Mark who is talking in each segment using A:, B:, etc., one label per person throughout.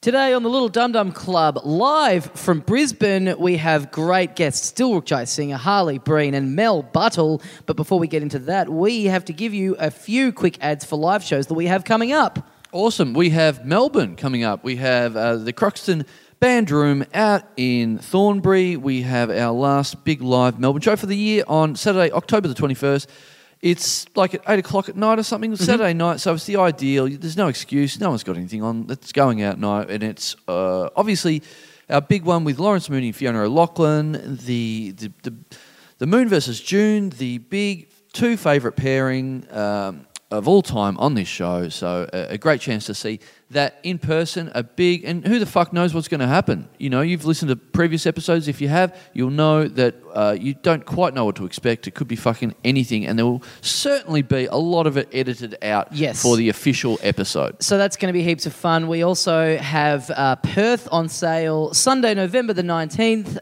A: Today on the Little Dum Dum Club, live from Brisbane, we have great guests Dilrukjai Singer, Harley Breen, and Mel Buttle. But before we get into that, we have to give you a few quick ads for live shows that we have coming up.
B: Awesome. We have Melbourne coming up. We have uh, the Croxton Band Room out in Thornbury. We have our last big live Melbourne show for the year on Saturday, October the 21st. It's like at 8 o'clock at night or something, Saturday night, so it's the ideal. There's no excuse. No one's got anything on. It's going out night, and it's uh, obviously our big one with Lawrence Mooney and Fiona O'Loughlin, the, the, the, the Moon versus June, the big two favourite pairing. Um, of all time on this show. So a, a great chance to see that in person. A big and who the fuck knows what's going to happen? You know, you've listened to previous episodes. If you have, you'll know that uh, you don't quite know what to expect. It could be fucking anything, and there will certainly be a lot of it edited out
A: Yes.
B: for the official episode.
A: So that's going to be heaps of fun. We also have uh, Perth on sale Sunday, November the 19th. Uh,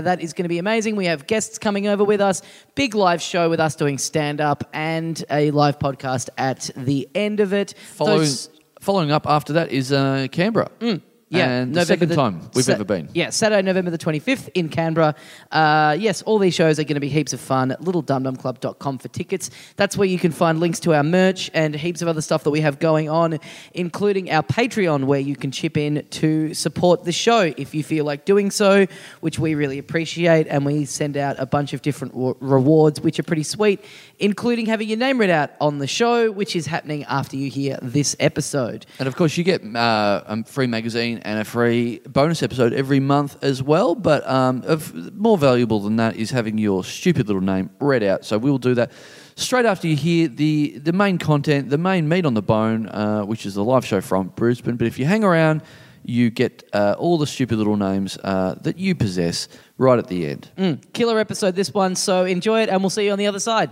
A: that is going to be amazing. We have guests coming over with us, big live show with us doing stand up, and a live podcast at the end of it.
B: Following,
A: Those- Mm,
B: following up after that is uh, Canberra.
A: yeah,
B: and the
A: November
B: second
A: the-
B: time we've
A: Sa-
B: ever been.
A: Yeah, Saturday, November the 25th in Canberra. Uh, yes, all these shows are going to be heaps of fun. LittleDumDumClub.com for tickets. That's where you can find links to our merch and heaps of other stuff that we have going on, including our Patreon, where you can chip in to support the show if you feel like doing so, which we really appreciate. And we send out a bunch of different wa- rewards, which are pretty sweet, including having your name read out on the show, which is happening after you hear this episode.
B: And of course, you get uh, a free magazine and a free bonus episode every month as well. But um, of, more valuable than that is having your stupid little name read out. So we will do that straight after you hear the, the main content, the main meat on the bone, uh, which is the live show from Brisbane. But if you hang around, you get uh, all the stupid little names uh, that you possess right at the end.
A: Killer episode, this one. So enjoy it, and we'll see you on the other side.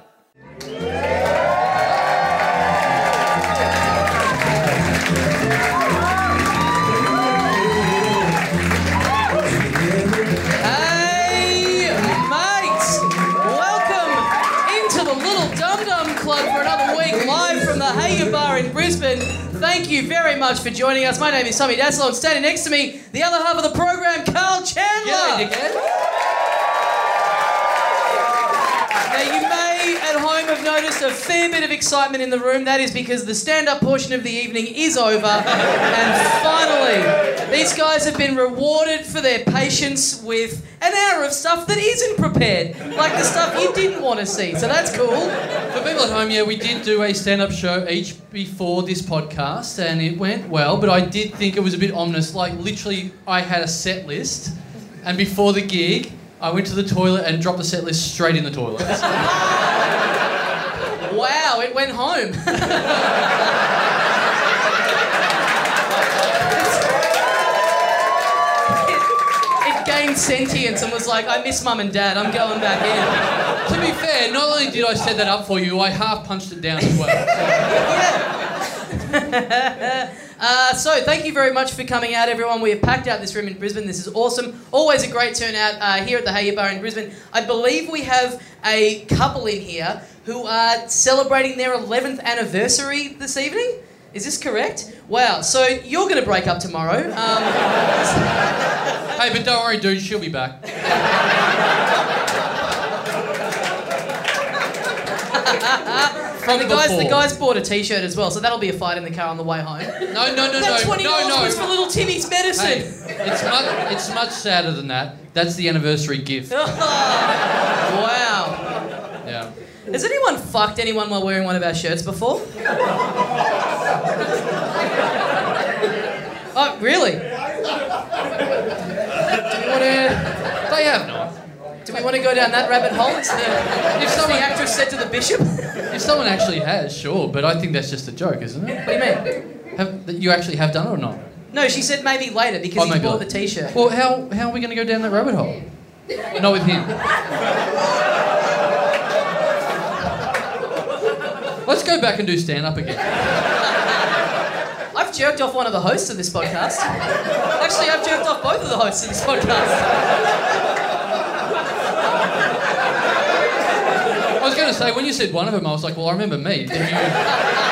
A: Hey, mates! Welcome into the Little Dum Dum Club for another week, live from the Hager Bar in Brisbane. Thank you very much for joining us. My name is Tommy Dassel, and standing next to me, the other half of the program, Carl Chandler. Now, you may at home have noticed a fair bit of excitement in the room. That is because the stand up portion of the evening is over. and finally, these guys have been rewarded for their patience with an hour of stuff that isn't prepared, like the stuff you didn't want to see. So that's cool.
C: For people at home, yeah, we did do a stand-up show each before this podcast, and it went well. But I did think it was a bit ominous. Like literally, I had a set list, and before the gig, I went to the toilet and dropped the set list straight in the toilet.
A: Wow, it went home. It- it gained sentience and was like, I miss mum and dad, I'm going back in.
C: to be fair, not only did I set that up for you, I half punched it down as well.
A: Uh, so, thank you very much for coming out, everyone. We have packed out this room in Brisbane. This is awesome. Always a great turnout uh, here at the Hayer Bar in Brisbane. I believe we have a couple in here who are celebrating their 11th anniversary this evening. Is this correct? Wow. So, you're going to break up tomorrow. Um,
C: hey, but don't worry, dude, she'll be back. From
A: the, guys, the
C: before.
A: guys bought a t shirt as well, so that'll be a fight in the car on the way home.
C: No, no, no,
A: that
C: no,
A: $20
C: no, no.
A: was for little Timmy's medicine.
C: Hey, it's much it's much sadder than that. That's the anniversary gift.
A: wow.
C: Yeah.
A: Has anyone fucked anyone while wearing one of our shirts before? oh, really?
C: What a- they have not.
A: Do we want to go down that rabbit hole? It's the, if someone the actress said to the bishop. what
C: If someone actually has, sure, but I think that's just a joke, isn't it?
A: do you mean?
C: Have, that you actually have done it or not?
A: No, she said maybe later because
C: Oh,
A: he
C: maybe
A: bought
C: later.
A: the t-shirt.
C: Well, how how are we going to go down that rabbit hole? Not with him. Let's go back and do stand up again.
A: I've jerked off one of the hosts of this podcast. Actually, I've jerked off both of the hosts of this podcast.
C: I was going to say when you said one of them, I was like, well, I remember me. Then you-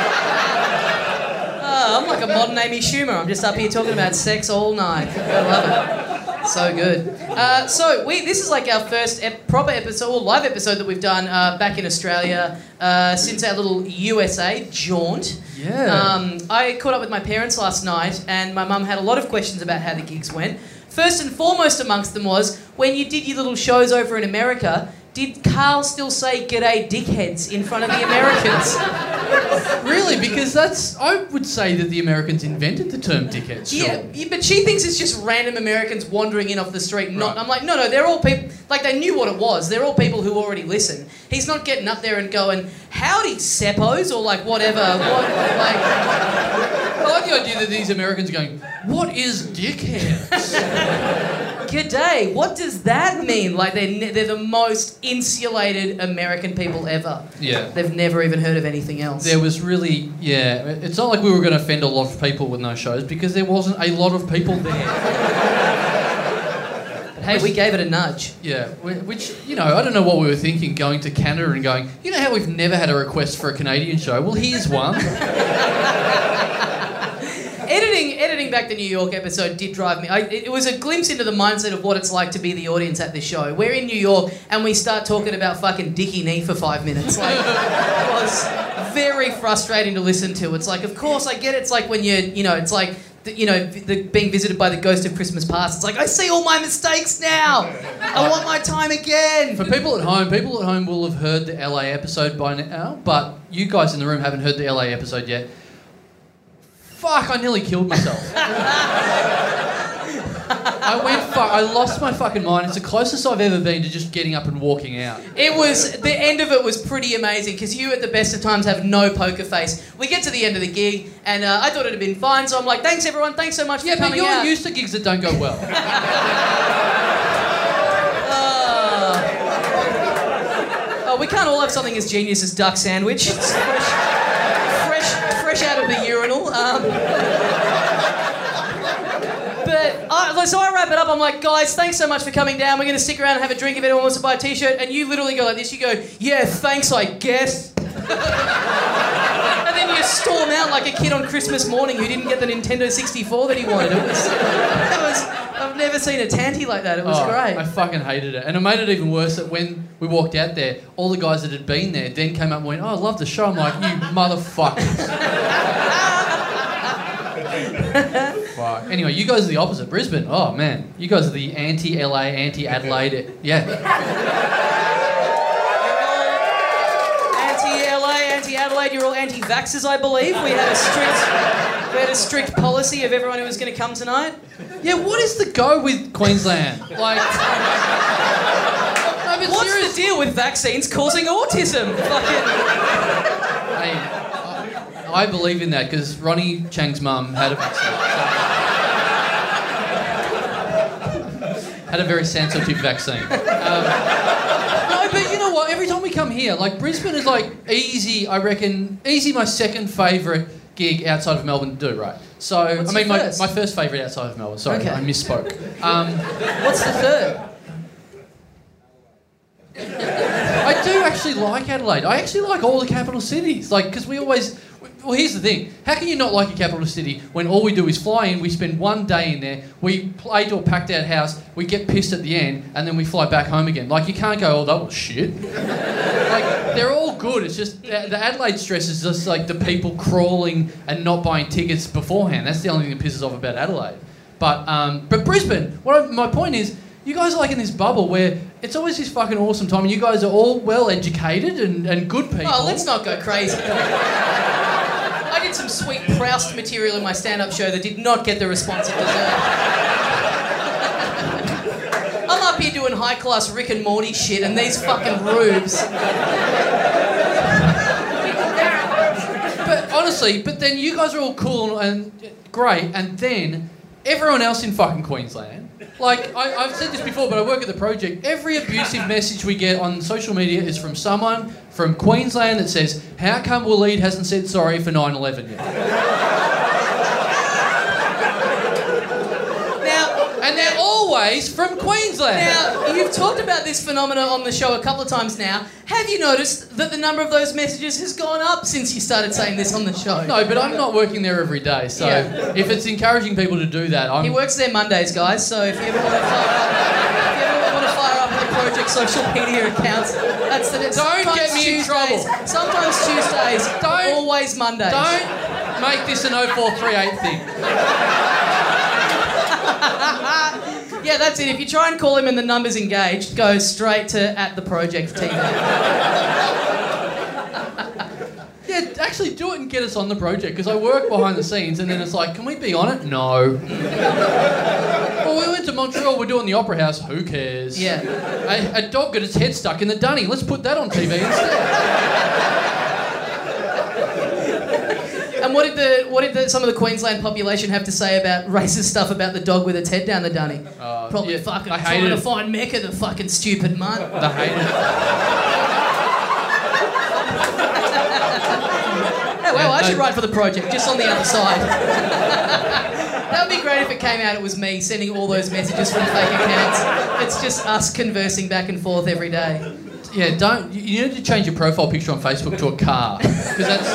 A: Uh, I'm like a modern Amy Schumer. I'm just up here talking about sex all night. I love it. So good. Uh, so we this is like our first ep- proper episode, or live episode that we've done uh, back in Australia uh, since our little USA jaunt.
B: Yeah.
A: Um, I caught up with my parents last night, and my mum had a lot of questions about how the gigs went. First and foremost amongst them was when you did your little shows over in America. Did Carl still say "g'day, dickheads" in front of the Americans?
C: Um,
B: Really, because that's I would say that the Americans invented the term dickhead. Sure.
A: Yeah, yeah, but she thinks it's just random Americans wandering in off the street. and Not,
B: Right.
A: I'm like, no, no, they're all people. Like they knew what it was. They're all people who already listen. He's not getting up there and going, "Howdy, seppos," or like whatever. What, like,
B: I like the idea that these Americans are going, "What is dickhead?"
A: good day. What does that mean? Like they're ne- they're the most insulated American people ever.
B: yeah.
A: They've never even heard of anything else.
B: There was really, yeah. It's not like we were going to offend a lot of people with no shows because there wasn't a lot of people there.
A: But hey, we gave it a nudge.
B: Yeah, wh- which you know, I don't know what we were thinking going to Canada and going. You know how we've never had a request for a Canadian show. Well, here's one.
A: Editing, editing back the New York episode did drive me. I, it it was a glimpse into the mindset of what it's like to be the audience at this show. We're in New York and we start talking about fucking Dickie Knee for five minutes. Like, it was very frustrating to listen to. It's like, of course, I get it. It's like when you're, you know, it's like, the, you know, the, being visited by the ghost of Christmas past. It's like, I see all my mistakes now. I want my time again.
B: For people at home, people at home will have heard the LA episode by now, but you guys in the room haven't heard the LA episode yet. Fuck, I nearly killed myself. I went fu- I lost my fucking mind. It's the closest I've ever been to just getting up and walking out.
A: It was the end of it was pretty amazing because you at the best of times have no poker face. We get to the end of the gig and uh, I thought it'd been fine, so I'm like, thanks everyone, thanks so much
B: Yeah,
A: for
B: but
A: coming
B: you're
A: out.
B: used to gigs that don't go well.
A: oh, we can't all have something as genius as duck sandwich. It's fresh, fresh, fresh out of the urinal. Um, but I, so I wrap it up. I'm like, guys, thanks so much for coming down. We're gonna stick around and have a drink if anyone wants to buy a t-shirt. And you literally go like this. You go, yeah, thanks, I guess. and then you storm out like a kid on Christmas morning who didn't get the Nintendo 64 that he wanted. It was, it was I've never seen a tanty like that. It was
B: Oh,
A: great.
B: I fucking hated it. And it made it even worse that when we walked out there, all the guys that had been there then came up and went, Oh, I love the show. I'm like, You motherfuckers. Fuck. Anyway, you guys are the opposite. Brisbane, oh man. You guys are the anti LA, anti Adelaide. Yeah.
A: Anti-LA, anti-Adelaide, you're all anti-vaxxers, I believe. We had a strict, we had a strict policy of everyone who was going to come tonight.
B: Yeah, what is the go with Queensland? Like. No, but
A: What's
B: seriously-
A: the deal with vaccines causing autism? Fucking.
B: Hey, I, I believe in that because Ronnie Chang's mum had a had a very sensitive vaccine. Um, no, but you know what? Every time we come here, like Brisbane is like easy. I reckon easy. My second favourite gig outside of Melbourne to do right. So
A: What's
B: I mean,
A: your
B: my,
A: first?
B: my first favourite outside of Melbourne. Sorry,
A: Okay.
B: I misspoke. Um,
A: What's the third?
B: I do actually like Adelaide. I actually like all the capital cities. Like, because we always. Well, here's the thing. How can you not like a capital city when all we do is fly in, we spend one day in there, we play to a packed out house, we get pissed at the end, and then we fly back home again? Like, you can't go, oh, that was shit. like, they're all good. It's just the the Adelaide stress is just like the people crawling and not buying tickets beforehand. That's the only thing that pisses off about Adelaide. But um, but Brisbane. What I, my point is, you guys are like in this bubble where it's always this fucking awesome time, and you guys are all well educated and, and good people.
A: Oh, let's not go crazy. I did some sweet Proust material in my stand-up show that did not get the response it deserved. I'm up here doing high-class Rick and Morty shit, and these fucking rubes.
B: But honestly, but then you guys are all cool and great, and then everyone else in fucking Queensland. Like, I, I've said this before, but I work at the project. Every abusive message we get on social media is from someone from Queensland that says, How come Waleed hasn't said sorry for 9 11 yet?
A: Now,
B: And and they're always from Queensland.
A: Now, you've talked about this phenomena on the show a couple of times now. Have you noticed that the number of those messages has gone up since you started saying this on the show?
B: No, but I'm not working there every day, so
A: Yeah.
B: if it's encouraging people to do that, I'm.
A: He works there Mondays, guys, so if you ever want to fire up, if you ever want to fire up the project social media accounts, that's the next
B: Don't
A: sometimes
B: get me in
A: Tuesdays,
B: trouble.
A: Sometimes Tuesdays,
B: Don't-
A: always Mondays.
B: Don't make this an 0438 thing.
A: Yeah, that's it. If you try and call him and the number's engaged, go straight to at the project TV.
B: Yeah, actually do it and get us on the project because I work behind the scenes and then it's like, can we be on it? No. well, we went to Montreal, we're doing the Opera House, who cares?
A: Yeah.
B: A, a dog got its head stuck in the dunny, let's put that on TV instead.
A: And what did the what did the, some of the Queensland population have to say about racist stuff about the dog with its head down the dunny? Probably
B: Oh, yeah,
A: fucking
B: I
A: trying
B: hated
A: to
B: it.
A: find Mecca, the fucking stupid Oh, mutt.
B: I hate it.
A: Hey, well, I
B: no-
A: should write for the project, just on the other side. that would be great if it came out it was me sending all those messages from fake accounts. It's just us conversing back and forth every day.
B: Yeah, don't. You you need to change your profile picture on Facebook to a car because that's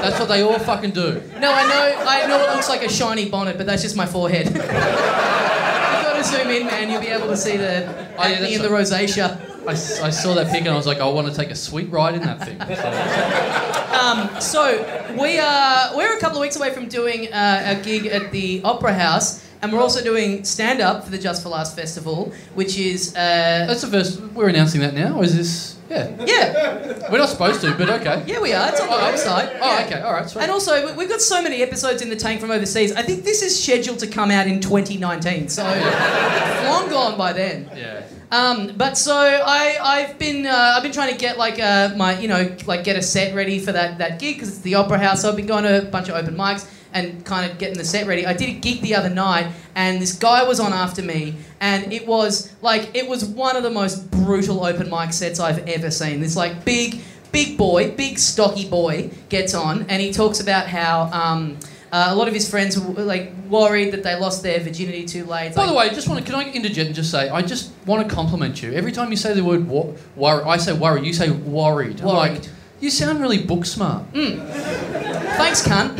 B: that's what they all fucking do.
A: No, I know, I know it looks like a shiny bonnet, but that's just my forehead. you gotta zoom in, man. You'll be able to see the
B: Oh, yeah,
A: acne
B: that's
A: and the
B: a-
A: rosacea.
B: I, s- I saw that pic and I was like, I want to take a sweet ride in that thing. So,
A: Um, So we are we're a couple of weeks away from doing uh, a gig at the Opera House, and we're also doing stand up for the Just for Last Festival, which is uh,
B: that's the first. We're announcing that now. Or is this? Yeah,
A: yeah.
B: we're not supposed to, but okay.
A: Yeah, we are. It's on the website.
B: Oh,
A: Yeah.
B: okay. All right. Sweet.
A: And also, we- we've got so many episodes in the tank from overseas. I think this is scheduled to come out in 2019, so it's long gone by then.
B: yeah.
A: Um, but so I, I've been uh, I've been trying to get like uh, my you know like get a set ready for that that gig because it's the Opera House. So I've been going to a bunch of open mics and kind of getting the set ready. I did a gig the other night and this guy was on after me and it was like it was one of the most brutal open mic sets I've ever seen. This like big big boy, big stocky boy gets on and he talks about how. Um, uh, a lot of his friends were like worried that they lost their virginity too late. It's
B: By
A: like-
B: the way, just want to can I interject and just say I just want to compliment you. Every time you say the word wor- worry, I say worry. You say worried. I'm
A: Worried.
B: like, you sound really book smart.
A: thanks, cunt.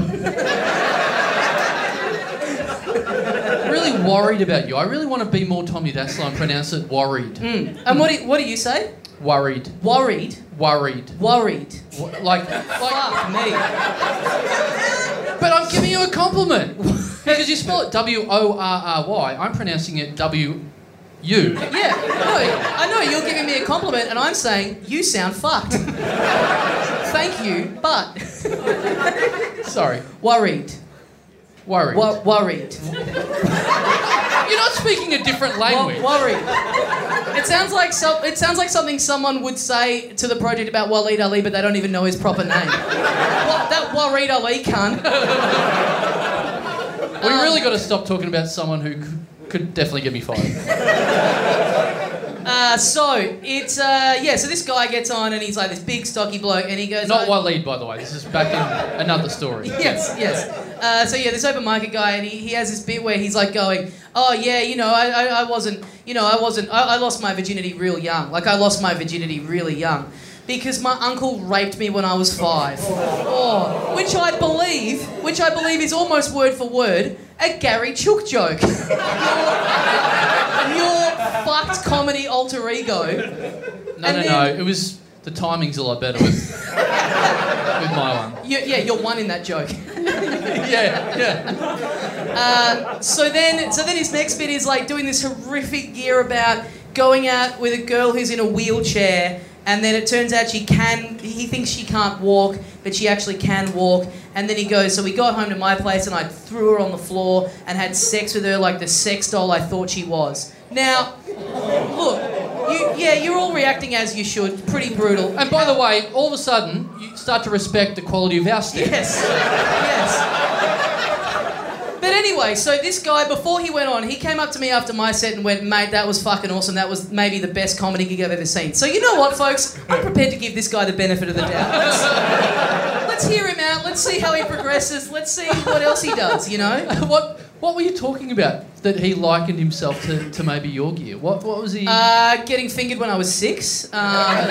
B: Really worried about you. I really want to be more Tommy Dassler and pronounce it worried.
A: Mm. And what do, what do you say?
B: Worried.
A: Worried.
B: Worried.
A: Worried.
B: Wha- Like, like,
A: Fuck me.
B: but I'm giving you a compliment because you spell it W O R R Y. I'm pronouncing it W U.
A: Yeah. No, I know you're giving me a compliment, and I'm saying you sound fucked. Thank you, but
B: Sorry,
A: worried.
B: worried.
A: Wo- worried.
B: You're not speaking a different language.
A: Wo- worried. It sounds like some, it sounds like something someone would say to the project about Waleed Ali, but they don't even know his proper name. What, that worried Ali cunt.
B: We really got to stop talking about someone who c- could definitely get me fired.
A: Uh, so it's uh, yeah. So this guy gets on, and he's like this big stocky bloke, and he goes. "I-
B: Not Waleed, by the way. This is back in another story.
A: yes, yes. Uh, so yeah, this open market guy, and he, he has this bit where he's like going, "Oh yeah, you know, I, I, I wasn't, you know, I wasn't, I, I lost my virginity real young. Like I lost my virginity really young, because my uncle raped me when I was five. Oh, which I believe, which I believe is almost word for word a Gary Chook joke. your, your fucked comedy alter ego.
B: No,
A: And
B: no,
A: then-
B: no. It was the timing's a lot better with, with my one.
A: You, yeah, you're one in that joke.
B: Yeah, yeah.
A: So then, so then his next bit is like doing this horrific year about going out with a girl who's in a wheelchair, and then it turns out she can. He thinks she can't walk, but she actually can walk. And then he goes, so we got home to my place, and I threw her on the floor and had sex with her like the sex doll I thought she was. Now, look, you, yeah, you're all reacting as you should. Pretty brutal.
B: And by the way, all of a sudden, you start to respect the quality of our stand.
A: Yes. Yes. But anyway, so this guy, before he went on, he came up to me after my set and went, mate, that was fucking awesome. That was maybe the best comedy gig I've ever seen. So you know what, folks? I'm prepared to give this guy the benefit of the doubt. Let's, let's hear him out. Let's see how he progresses. Let's see what else he does, you know?
B: What What were you talking about? that he likened himself to, to maybe your gear? What what was he?
A: Uh, getting fingered when I was six. Um,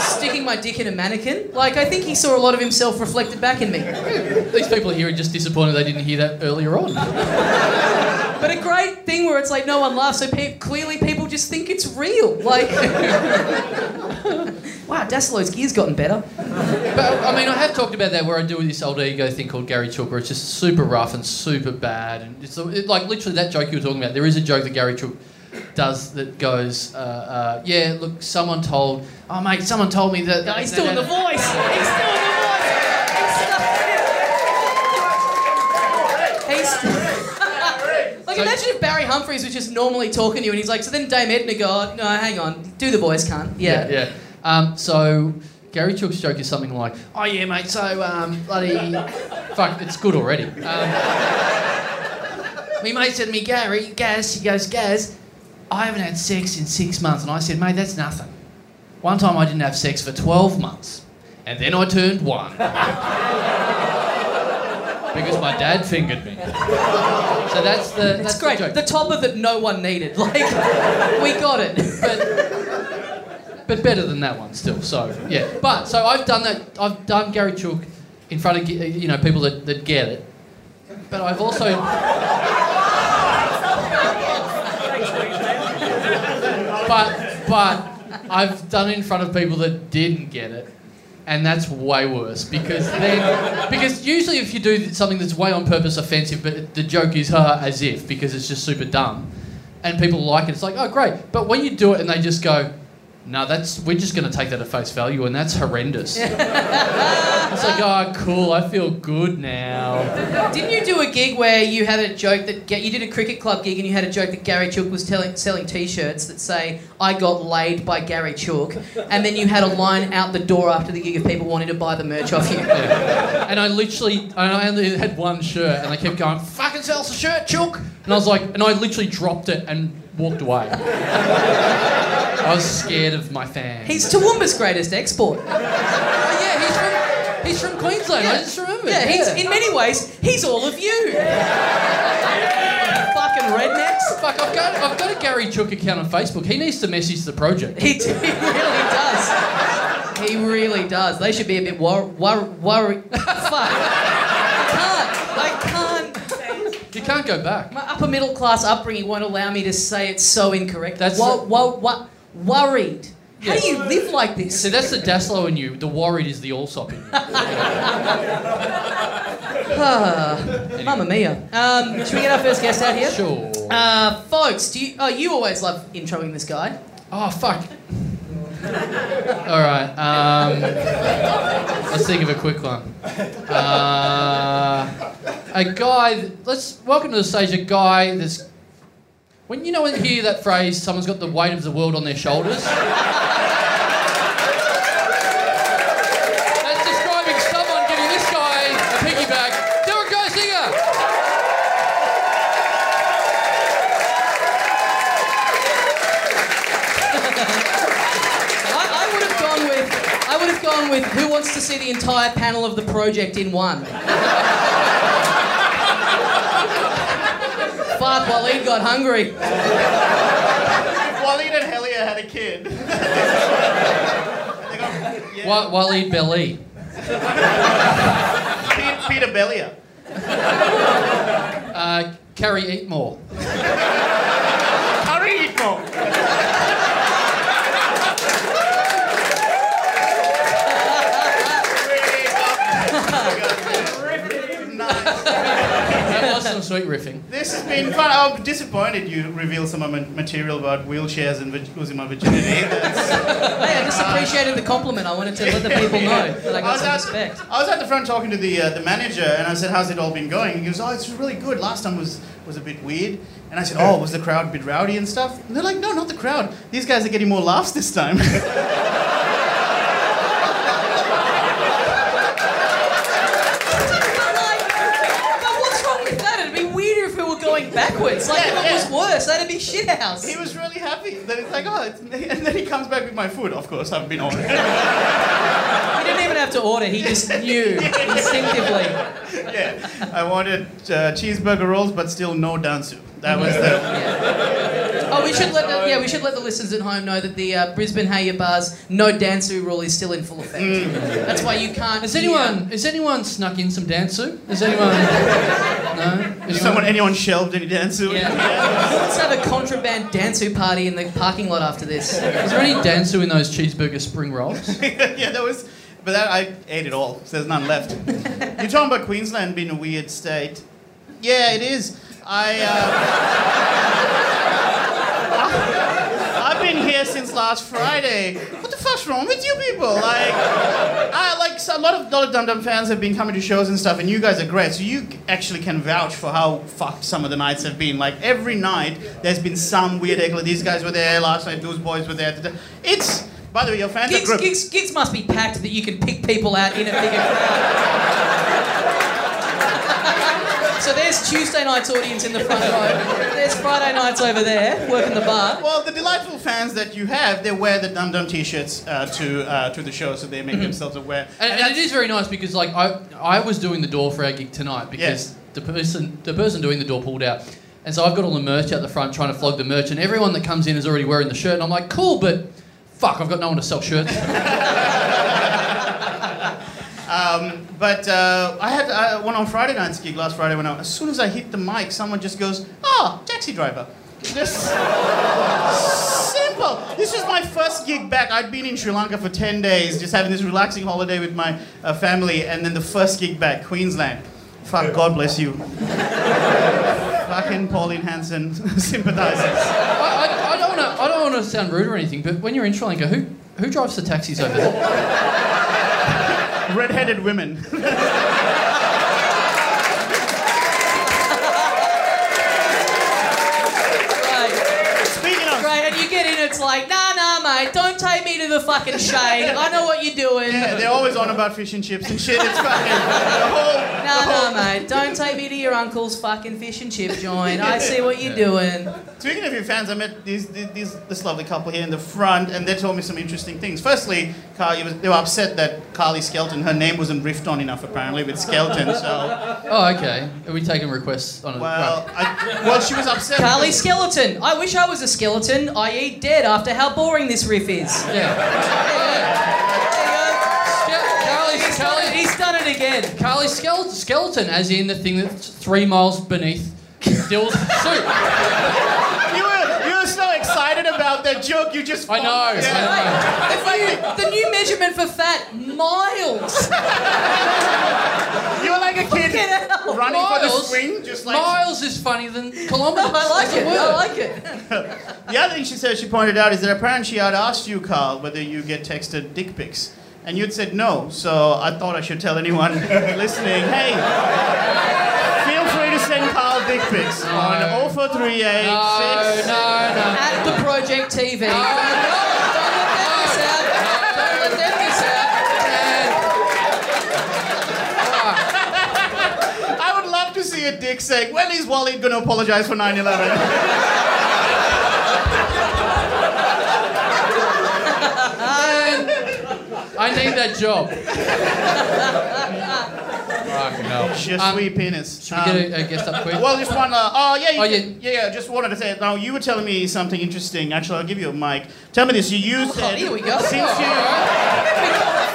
A: sticking my dick in a mannequin. Like, I think he saw a lot of himself reflected back in me.
B: These people here are just disappointed they didn't hear that earlier on.
A: But a great thing where it's like no one laughs, so pe- clearly people just think it's real. Like, wow, Dacilo's gear's gotten better.
B: But I mean, I have talked about that where I do this old ego thing called Gary Chooker. It's just super rough and super bad, and it's it, like literally that joke you were talking about. There is a joke that Gary Chooker does that goes, uh, uh, yeah, look, someone told, oh mate, someone told me that.
A: No, he's still in the voice. He's still in the voice. He's still. He's. Like,
B: So-
A: imagine if Barry Humphries was just normally talking to you and he's like, so then Dame Edna go, "Oh, no, hang on, do the voice, cunt. Yeah.
B: Yeah, yeah. Um, so Gary Chooker's joke is something like, "Oh yeah, mate. So um, bloody fuck, it's good already." Um, my mate said to me, "Gary, Gaz." He goes, "Gaz, I haven't had sex in six months," and I said, "Mate, that's nothing. One time I didn't have sex for twelve months, and then I turned one because my dad fingered me." So that's the that's
A: It's
B: The
A: great.
B: joke.
A: The topper that no one needed. Like, we got it.
B: but, but better than that one still. So yeah. But so I've done that. I've done Gary Chook in front of ge- you know people that, that get it. But I've also but but I've done it in front of people that didn't get it. And that's way worse because then, because usually if you do something that's way on purpose offensive, but the joke is "ha" as if because it's just super dumb, and people like it, it's like oh great. But when you do it and they just go, no, that's we're just going to take that at face value, and that's horrendous. it's like oh cool, I feel good now.
A: Didn't you do a gig where you had a joke that Ga- you did a cricket club gig and you had a joke that Gary Chook was telling, selling T-shirts that say "I got laid by Gary Chook," and then you had a line out the door after the gig of people wanting to buy the merch off you.
B: And I literally, and I only had one shirt, and they kept going fucking sell us a shirt, chook. And I was like, and I literally dropped it and walked away. I was scared of my fans.
A: He's Toowoomba's greatest export.
B: oh, yeah, he's from he's from Queensland. I
A: Yeah.
B: just remembered.
A: Yeah, he's in many ways he's all of you. Fucking rednecks.
B: Fuck, I've got, I've got a Gary Chook account on Facebook. He needs to message the project.
A: He, he really does. He really does. They should be a bit wor- wor- worried. Fuck. I can't. I can't.
B: You can't go back.
A: My upper middle class upbringing won't allow me to say it so incorrect.
B: That's
A: Wo-
B: the-
A: wo- wo- worried. How
B: Yeah.
A: do you live like this?
B: See, that's the Daslow in you. The worried is the Allsop in you.
A: Ah, Mamma mia. Um, should we get our first guest out here?
B: Sure.
A: Uh, folks, do you? Oh, you always love introing this guy.
B: oh fuck. All right. Um, let's think of a quick one. Uh, a guy. th- Let's welcome to the stage a guy that's. When you know when you hear that phrase, someone's got the weight of the world on their shoulders. That's describing someone giving this guy a piggyback. Derek Geisinger.
A: I, I would have gone with. I would have gone with. Who wants to see the entire panel of the project in one? Fuck, Waleed got hungry.
D: Waleed and Helia had a kid.
B: Wa- Waleed Belly.
D: Peter, Peter Bellier.
B: Uh, Carrie Eatmore.
D: Curry Eatmore. Nice.
B: That was some sweet riffing.
D: This has been fun. Oh, I'm disappointed you revealed some of my material about wheelchairs and vag- losing my virginity. That's-
A: Hey, I just appreciated the compliment. I wanted to let the people know that I got some
D: at-
A: respect.
D: I was at the front talking to the uh, the manager, and I said, "How's it all been going?" He goes, "Oh, it's really good. Last time was was a bit weird." And I said, "Oh, was the crowd a bit rowdy and stuff?" And they're like, "No, not the crowd. These guys are getting more laughs this time."
A: But like, but what's wrong with that? It'd be weirder if we were going backwards. Like, if it was worse, that'd be shithouse.
D: he was really happy. Then it's like, "Oh," it's me." and then he comes back with my food. Of course, I've been on. it.
A: He didn't even have to order, he just knew instinctively.
D: I wanted uh, cheeseburger rolls, but still no dansu. That was the.
A: Oh, we should let the, yeah, we should let the listeners at home know that the uh, Brisbane Hayer Bar's no danceru rule is still in full effect. That's why you can't.
B: Has
A: hear-
B: anyone has anyone snuck in some dance soup? Has anyone? no.
D: If someone, anyone shelved any dancer?
B: Yeah.
A: Let's have a contraband danceru party in the parking lot after this.
B: Is there any dance soup in those cheeseburger spring rolls?
D: yeah, that was. But that I ate it all, so there's none left. You're talking about Queensland being a weird state. Yeah, it is. I. Uh, uh, I've been here since last Friday. What the fuck's wrong with you people? Like, I like so a lot of Dollar Dum Dum fans have been coming to shows and stuff, and you guys are great. So you actually can vouch for how fucked some of the nights have been. Like every night, there's been some weird heckler. These guys were there last night. Those boys were there. It's. By the way, your fans are
A: Gigs,
D: group.
A: gigs, gigs must be packed that you can pick people out in a bigger crowd. so there's Tuesday night's audience in the front row. There's Friday nights over there working the bar.
D: Well, the delightful fans that you have, they wear the Dum Dum T-shirts uh, to uh, to the show, so they make themselves aware.
B: And, and it is very nice because like I I was doing the door for our gig tonight because
D: Yes.
B: the person the person doing the door pulled out. And so I've got all the merch out the front trying to flog the merch and everyone that comes in is already wearing the shirt and I'm like, cool, but fuck, I've got no one to sell shirts.
D: But uh, I had uh, one on Friday night's gig last Friday when I, as soon as I hit the mic, someone just goes, "Ah, taxi driver." Just simple. This was my first gig back. I'd been in Sri Lanka for ten days, just having this relaxing holiday with my uh, family, and then the first gig back, Queensland. Fuck, God bless you. Fucking Pauline Hanson sympathizes.
B: I, I, I don't want to. I don't want to sound rude or anything, but when you're in Sri Lanka, who who drives the taxis over there?
D: Red-headed women.
A: Right.
D: Speaking of
A: Great, and you get in, it's like, nah, nah, mate, don't take me to the fucking shade. I know what you're doing.
D: Yeah, they're always on about fish and chips and shit. It's fucking the whole.
A: Nah, nah, mate, don't take me to your uncle's fucking fish and chip joint. I see what you're doing.
D: Speaking of your fans, I met these, these, this lovely couple here in the front, and they told me some interesting things. Firstly, Carly was, they were upset that Carly Skelton, her name wasn't riffed on enough apparently with Skelton. So,
B: Oh, okay. Are we taking requests on a
D: well,
B: right.
D: I, well, she was upset.
A: Carly
D: because-
A: Skeleton. I wish I was a skeleton, i.e., dead after how boring this riff is.
B: Yeah. Carly,
A: He's done it,
B: Carly,
A: he's done it again.
B: Carly Skel- skeleton, as in the thing that's three miles beneath Dill's suit.
D: You were, you were so excited about that joke, you just.
B: I know.
D: Yeah.
A: The new, the new measurement for fat, miles.
D: You were like a kid
A: Fucking hell.
D: running for the
B: Miles.
D: swing, just
B: I know.
D: like.
B: Miles is funny than kilometers.
A: I like
B: That's a
A: it.
B: word.
A: I like it.
D: The other thing she said, she pointed out, is that apparently she had asked you, Carl, whether you get texted dick pics. And you'd said no, so I thought I should tell anyone listening, hey, feel free to send Carl dick pics on 0438
B: No,
D: six-
B: no, no.
A: At the Project TV. Don't
B: No,
A: let
B: no.
A: them miss out. Don't let them miss out.
D: I would love to see a dick saying, when is Wally going to apologize for 9 11?
B: I need that job. Fucking hell.
D: Je
B: Um,
D: suis penis.
B: Should we
D: Um,
B: get a, a guest up quick?
D: Well, just one. Uh, oh, yeah, you
B: Oh,
D: can- yeah, yeah. Just wanted to say. Now you were telling me something interesting. Actually, I'll give you a mic. Tell me this. You used.
A: Oh, here we go.
D: Since you.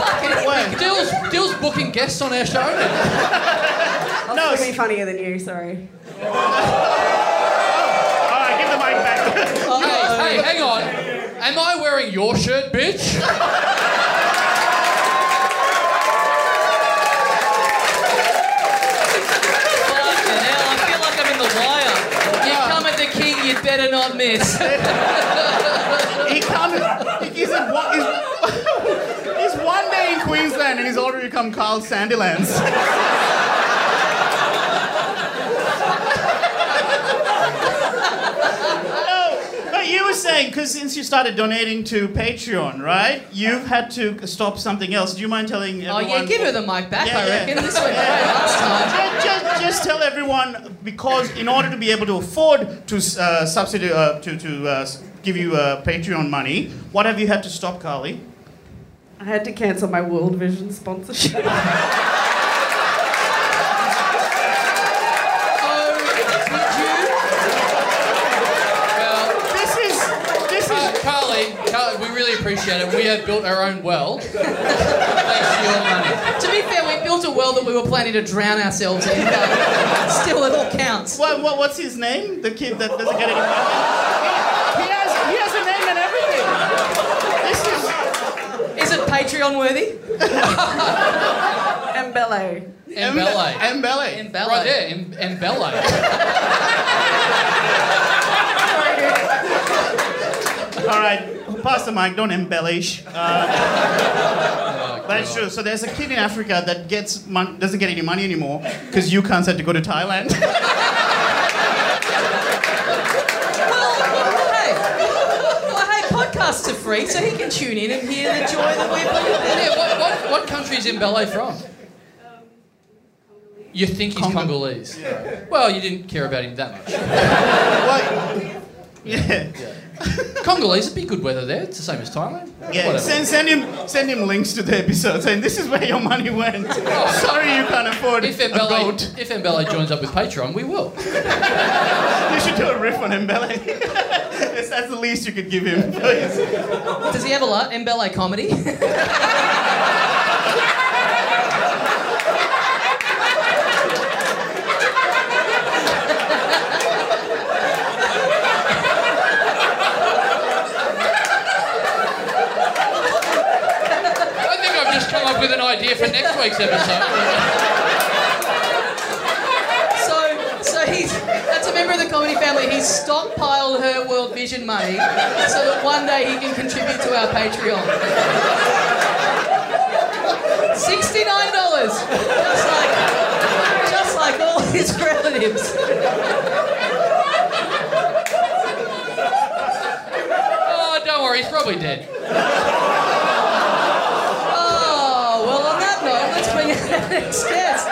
A: Fucking
D: Wait.
B: Dill's, Dill's booking guests on our show now.
D: No, Oh,
E: It's gonna be funnier than you, sorry.
D: All right, give the mic back.
A: Oh,
B: Hey, hey, hang on. Am I wearing your shirt, bitch?
A: Fucking hell, I feel like I'm in the wire. You come at the king, you'd better not miss.
D: He can't. he- He's, in, one- he's, he's one day in Queensland and he's already become Carl Sandilands. No, but you were saying because since you started donating to Patreon, right? You've had to stop something else. Do you mind telling
A: Oh
D: everyone?
A: yeah, give her the mic back.
D: Yeah,
A: I
D: yeah.
A: reckon this went great last time.
D: Just, just, just tell everyone because in order to be able to afford to uh, subsidy uh, to to uh, s- give you uh, Patreon money, what have you had to stop, Carly?
E: I had to cancel my World Vision sponsorship.
A: Oh, did you?
B: really appreciate it. Uh, We have built our own well. Thanks for your money.
A: To be fair, we built a well that we were planning to drown ourselves in, but still, it all counts.
D: What, what, what's his name? The kid that doesn't get any money? He, he, has, he has a name and everything. This is.
A: Is it Patreon worthy?
E: And ballet.
B: Embele.
D: Mbele.
A: Embele.
B: Right there, em- Embele.
D: All right, pass the mic. Don't embellish. Uh, that's true. So there's a kid in Africa that gets mon- doesn't get any money anymore because you can't had to go to Thailand.
A: Well, hey, well, hey, podcasts are free, so he can tune in and hear the joy that we've been
B: Yeah, what, what, what country is Embele from? You think he's
D: Congo.
B: Congolese? Well, you didn't care about him that much.
D: what? Yeah.
B: Congolese, it'd be good weather there. It's the same as Thailand.
D: yeah.
B: Whatever.
D: Send, send him send him links to the episodes and this is where your money went. Sorry you can't afford
B: Oh, If
D: a boat.
B: Embele, if Embele joins up with Patreon, we will.
D: You should do a riff on Mbele. That's that's the least you could give him. please.
A: with. Does he have a lot? Embele comedy?
B: I think I've just come up with an idea for next week's episode.
A: So, so he's that's a member of the comedy family. He's stockpiled her World Vision money so that one day he can contribute to our Patreon. Sixty-nine dollars, just like, just like all his relatives.
B: Oh, don't worry, he's probably dead.
A: Oh well, on that note, let's bring in our next guest,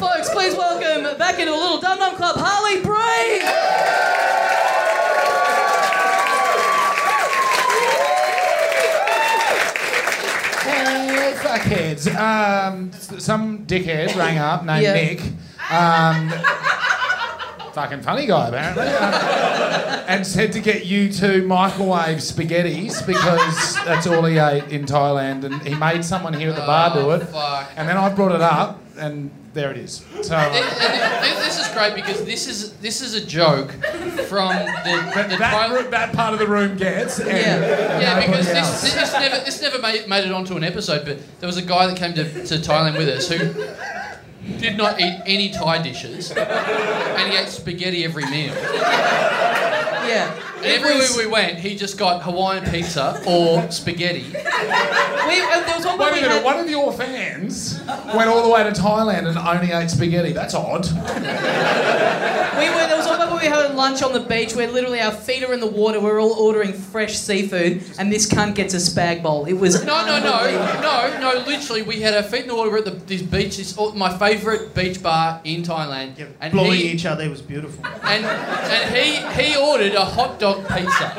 A: folks. Please welcome back into a little Dum Dum Club, Harley Bree.
F: Hey, fuckheads. Um, s- some dickhead rang up named
A: Yeah.
F: Nick. Um, fucking funny guy, apparently. um, and said to get you two microwave spaghettis because that's all he ate in Thailand. And he made someone here at the bar do it.
B: fuck.
F: And then I brought it up, and there it is. So. uh,
B: And thi- thi- This is great because this is this is a joke from the,
F: But
B: the
F: that,
B: Thailand.
F: roo- that part of the room gets. And uh,
A: Yeah.
B: Yeah,
F: nobody
B: because
F: else.
B: this, this, this never this never made, made it onto an episode, but there was a guy that came to, to Thailand with us who did not eat any Thai dishes, and he ate spaghetti every meal.
A: Yeah.
B: And everywhere we went, he just got Hawaiian pizza or spaghetti.
A: We, uh, there was one where
F: Wait
A: we
F: a minute,
A: had-
F: one of your fans went all the way to Thailand and only ate spaghetti. That's odd.
A: We were, there was one moment we had lunch on the beach where literally our feet are in the water. We're all ordering fresh seafood, and this cunt gets a spag bowl. It was
B: No, no,
A: unbelievable.
B: no, no, no. Literally, we had our feet in the water. We're at the, this beach, this, my favourite beach bar in Thailand,
D: Blowing
B: he-
D: each other, it was beautiful.
B: and and he he ordered a hot dog pizza.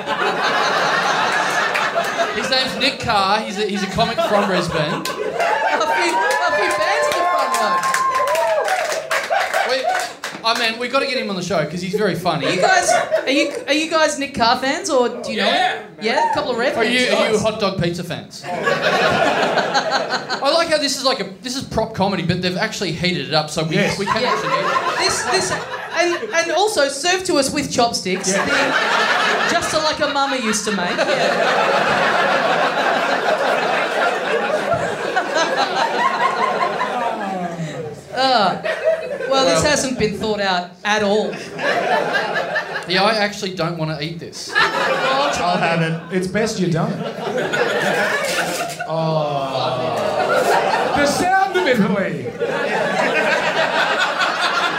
B: His name's Nick Carr. He's a, he's a comic from Brisbane.
A: A few, a few fans in the front row.
B: We, I mean, we got to get him on the show because he's very
A: You
B: funny.
A: guys, are you are you guys Nick Carr fans or do you know him? Yeah, a couple of red
B: Are you are you
A: fans.
B: hot dog pizza fans? I like how this is like a this is prop comedy, but they've actually heated it up, so we
F: Yes.
B: we can
A: Yeah.
B: actually eat it.
A: This this and and also served to us with chopsticks, The- just like a mama used to make. Yeah. Ah. well, this
B: Well-
A: hasn't been thought out at all.
B: Yeah, I actually don't want to eat this.
D: I'll have it.
F: It's best you don't. oh.
D: Oh.
F: The sound of Italy.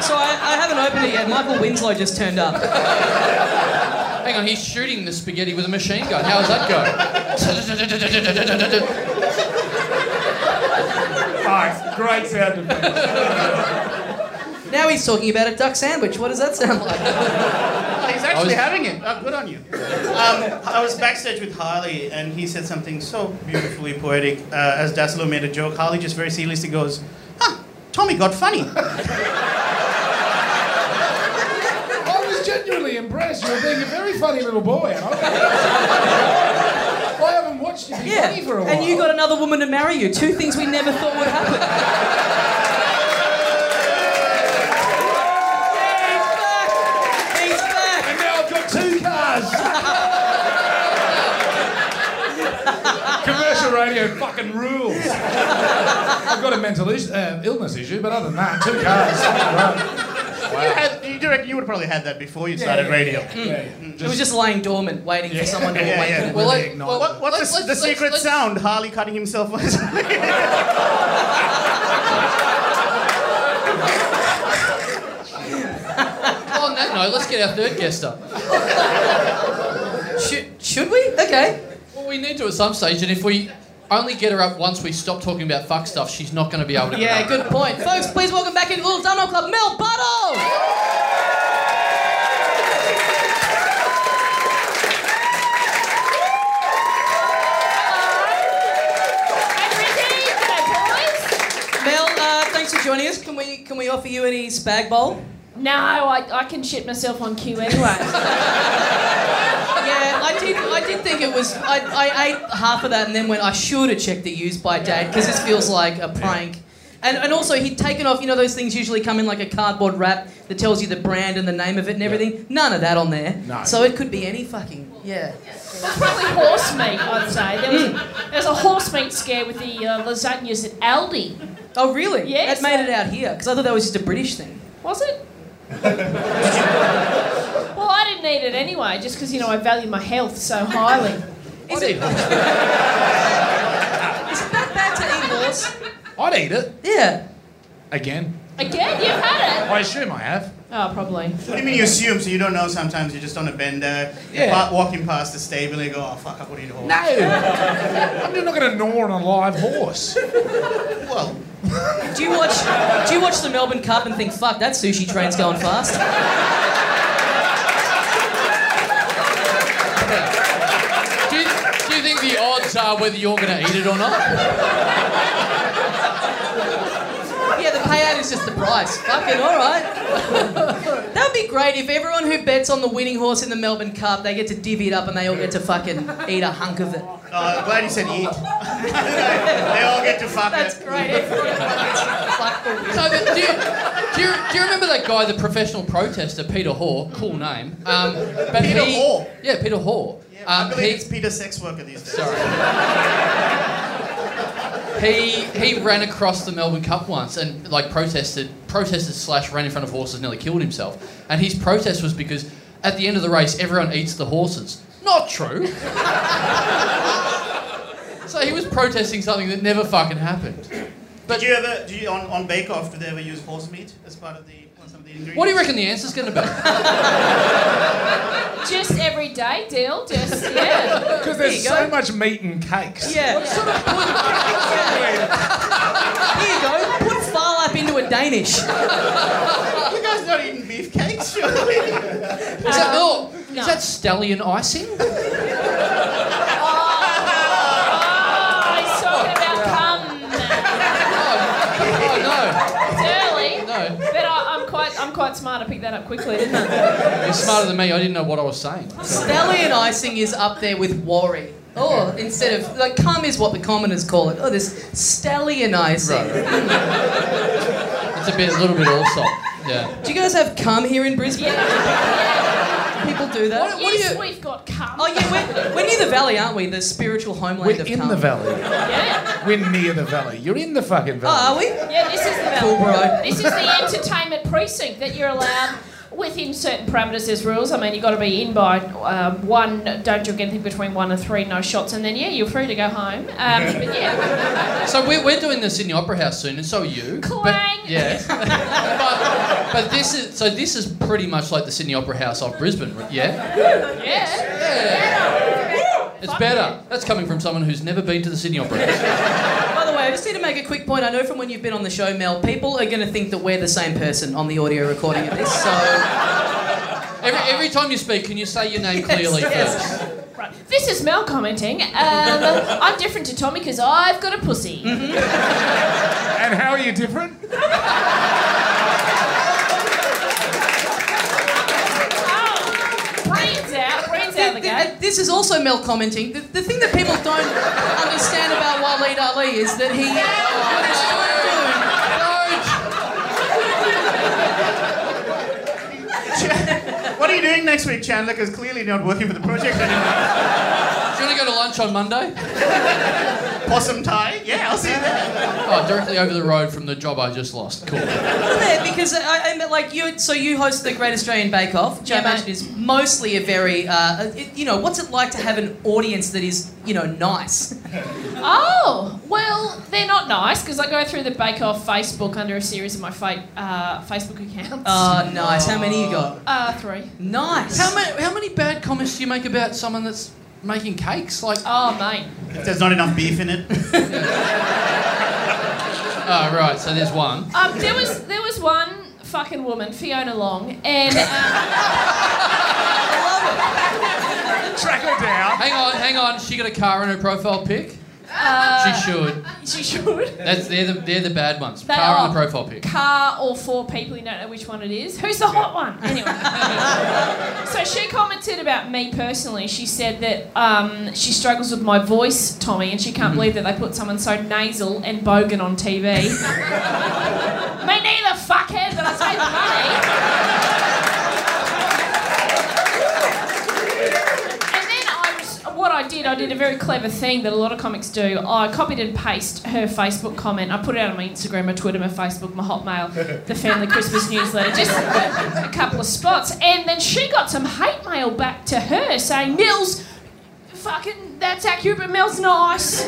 A: So I, I haven't opened it yet. Michael Winslow just turned up.
B: Hang on, he's shooting the spaghetti with a machine gun. How does that go?
F: Nice. Great sound of Italy.
A: Now he's talking about a duck sandwich. What does that sound like?
D: Oh, He's actually
B: was-
D: having it. Oh, good on you. Um, I was backstage with Harley, and he said something so beautifully poetic. Uh, as Dasilo made a joke, Harley just very seriously goes, "Huh, Tommy got funny."
F: I was genuinely impressed. You were being a very funny little boy. And I, I haven't watched watched you be funny for a while.
A: and you got another woman to marry you. Two things we never thought would happen. Yeah, he's back. He's back.
F: And now I've got two cars. Commercial radio fucking rules. I've got a mental is- uh, illness issue, but other than that, two cars.
D: You, had, you, do reckon you would have probably had that before you
F: Yeah,
D: started
F: yeah,
D: radio.
F: yeah, yeah, yeah.
A: It was just lying dormant, waiting for someone to
D: Yeah,
A: awaken.
D: yeah.
A: Well,
F: Really
A: like,
F: ignore
B: well,
F: it.
D: What, what's
B: Let's-
D: the,
B: let's-
D: the
B: let's-
D: secret
B: let's-
D: sound? Harley cutting himself.
B: On that note, let's get our third guest up.
A: should, should we? Okay.
B: Well, we need to at some stage, and if we only get her up once we stop talking about fuck stuff, she's not going to be able to.
A: Yeah, good point. Folks, please welcome back into Little Dumbo Club, Mel Buttle! Mel, uh, thanks for joining us. Can we can we offer you any spag bowl?
G: No, I, I can shit myself on cue anyway.
A: Yeah, I did. I did think it was. I, I ate half of that and then went. I should have checked the use by date because this feels like a prank. And, and also he'd taken off. You know those things usually come in like a cardboard wrap that tells you the brand and the name of it and everything. None of that on there.
F: No.
A: So it could be any fucking yeah.
G: Probably horse meat, I'd say. There was,
B: Mm.
G: a, there was a horse meat scare with the uh, lasagnas at Aldi.
A: Oh really?
G: Yes.
A: That made it out here because I thought that was just a British thing.
G: Was it? well, I didn't eat it anyway, just because, you know, I value my health so highly.
B: I'd eat it.
A: Is it that bad to eat horse?
F: I'd eat it
A: Yeah.
F: again.
G: Again? You've had it?
F: I assume I have.
G: Oh, probably.
D: what do you mean you assume? So you don't know sometimes you're just on a bender,
F: Yeah.
D: pa- walking past the stable and you go, oh fuck, I've got to eat a horse.
F: No, I'm not going to gnaw on a live horse.
D: Well,
A: Do you watch? Do you watch the Melbourne Cup and think, fuck, that sushi train's going fast?
B: Do you, do you think the odds are whether you're going to eat it or not?
A: Yeah, the payout is just the price. Fucking all right. that would be great if everyone who bets on the winning horse in the Melbourne Cup, they get to divvy it up and they all get to fucking eat a hunk of it.
D: uh, glad you said eat. they all get to fuck
A: That's
D: it.
A: great. Everyone gets to fuck the winner.
B: No, but do you, do you, do you remember that guy, the professional protester, Peter Hoare? Cool name. Um, but
D: Peter
B: he-
D: Hoare?
B: Yeah, Peter Hoare.
D: Yeah, I
B: Um,
D: believe
B: he-
D: it's Peter sex worker these days.
B: Sorry. he he ran across the Melbourne Cup once and like protested protested slash ran in front of horses, nearly killed himself. And his protest was because at the end of the race, everyone eats the horses. Not true. so he was protesting something that never fucking happened.
D: Did you ever, do you, on, on Bake Off, do they ever use horse meat as part of the, on some of the ingredients?
B: What do you reckon the answer's going to be?
G: Just everyday deal, just, yeah.
F: Because
A: There
F: there's
A: you
F: so
A: go.
F: much meat and cakes.
A: Yeah. Here you go. Put Farlap into a Danish.
D: You guys not eating beef cakes, surely?
B: Is that, oh,
G: Um, no.
B: is that stallion icing?
G: Oh, he's talking about cum.
B: Oh,
G: It's
B: no,
G: early.
B: no.
G: But I, I'm quite, I'm quite smart. I picked that up quickly, didn't I?
B: You're smarter than me. I didn't know what I was saying.
A: Stallion icing is up there with worry. Oh, instead of like cum is what the commoners call it. Oh, this stallion icing.
B: It's a bit, a little bit also. Yeah.
A: Do you guys have cum here in Brisbane? People do that.
B: What do
G: yes,
B: you-
G: we've got cum.
A: Oh yeah, we're, we're near the valley, aren't we? The spiritual homeland
F: We're
A: of
F: in
A: cum.
F: the valley.
G: yeah.
F: We're near the valley. You're in the fucking valley.
A: Oh, are we?
G: yeah, this is the valley.
A: Cool, bro.
G: This is the entertainment precinct that you're allowed within certain parameters. There's rules. I mean, you've got to be in by um, one. Don't drink anything between one and three. No shots, and then yeah, you're free to go home. Um, but yeah,
B: So we're, we're doing the Sydney Opera House soon, and so are you.
G: Clang.
B: But, yeah. but, but this is so this is pretty much like the Sydney Opera House of Brisbane, right? yeah.
G: yeah.
B: It's better. That's coming from someone who's never been to the Sydney Opera House.
A: By the way, I just need to make a quick point. I know from when you've been on the show, Mel, people are going to think that we're the same person on the audio recording of this. So
B: Every, every time you speak, can you say your name clearly first?
A: yes.
G: Right. This is Mel commenting. Um, I'm different to Tommy because I've got a pussy.
A: Mm-hmm.
F: And how are you different?
G: Oh, brains out, brains straight out
A: thi-
G: the gate.
A: thi- This is also Mel commenting. The, the thing that people don't understand about Waleed Ali is that he.
D: What are you doing next week, Chandler? Because clearly you're not working for the project anymore.
B: Do you want to go to lunch on Monday?
D: Possum tie? Yeah, I'll see you there.
B: Oh, directly over the road from the job I just lost. Cool.
A: Well, there, because I, I mean, like you, so you host the Great Australian Bake Off. Which I
G: Yeah, mate.
A: imagine is mostly a very, uh, it, you know, what's it like to have an audience that is, you know, nice?
G: Oh, well, they're not nice because I go through the Bake Off Facebook under a series of my fa- uh, Facebook accounts.
A: Uh, nice. How many you got?
G: Uh, three.
A: Nice.
B: How many, how many bad comments do you make about someone that's making cakes? Like, oh,
G: Oh, mate.
D: There's not enough beef in it.
B: Ah, right, so there's one.
G: Um, there was there was one fucking woman, Fiona Long, and um,
F: Track her down.
B: Hang on, hang on. She got a car in her profile pic? she should.
G: uh, she should.
B: That's they're the they're the bad ones.
G: They
B: car
G: are.
B: on the profile pic.
G: car or four people, you don't know which one it is. Who's the hot one? Anyway. so she commented about me personally. She said that um, she struggles with my voice, Tommy, and she can't believe that they put someone so nasal and bogan on TV. me neither, fuckhead, but I save the money. And then I was- What I did, I did a very clever thing that a lot of comics do. I copied and pasted her Facebook comment. I put it out on my Instagram, my Twitter, my Facebook, my Hotmail, the Family Christmas newsletter, just a couple of spots. And then she got some hate mail back to her saying, Nils, fucking, that's accurate, but Mel's nice.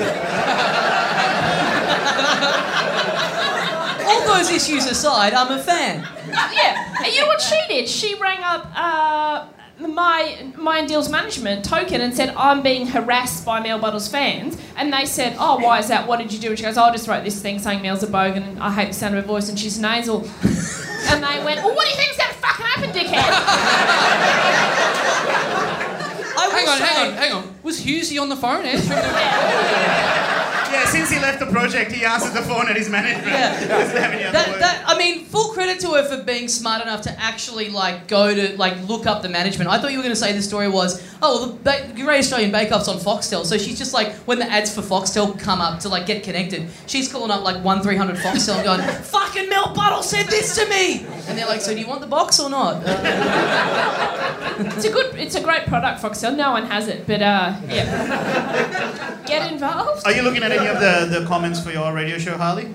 A: All those issues aside, I'm a fan.
G: yeah. And you know what she did? She rang up uh, my my and Deal's management token and said, I'm being harassed by Mel Buttles fans. And they said, Oh, why is that? What did you do? And she goes, oh, I just wrote this thing saying Mel's a bogan and I hate the sound of her voice and she's nasal. and they went, Well, what do you think's going to fucking happen, dickhead?
A: I will
B: Hang on,
A: say,
B: hang on, hang on. Was Husey on the phone answering? the-
D: Yeah, since he left the project, he answered the phone at his management.
A: Yeah.
D: Doesn't have any other
A: That,
D: word.
A: that, I mean, full credit to her for being smart enough to actually like go to like look up the management. I thought you were going to say the story was, oh, well, the ba- Great Australian Bake Off's on Foxtel, so she's just like when the ads for Foxtel come up to like get connected, she's calling up like one three hundred Foxtel and going, "Fucking Mel Buttle said this to me," and they're like, "So do you want the box or not?" Uh,
G: it's a good, it's a great product, Foxtel. No one has it, but uh, yeah. Get involved.
D: Are you looking at any of the, the comments for your radio show, Harley?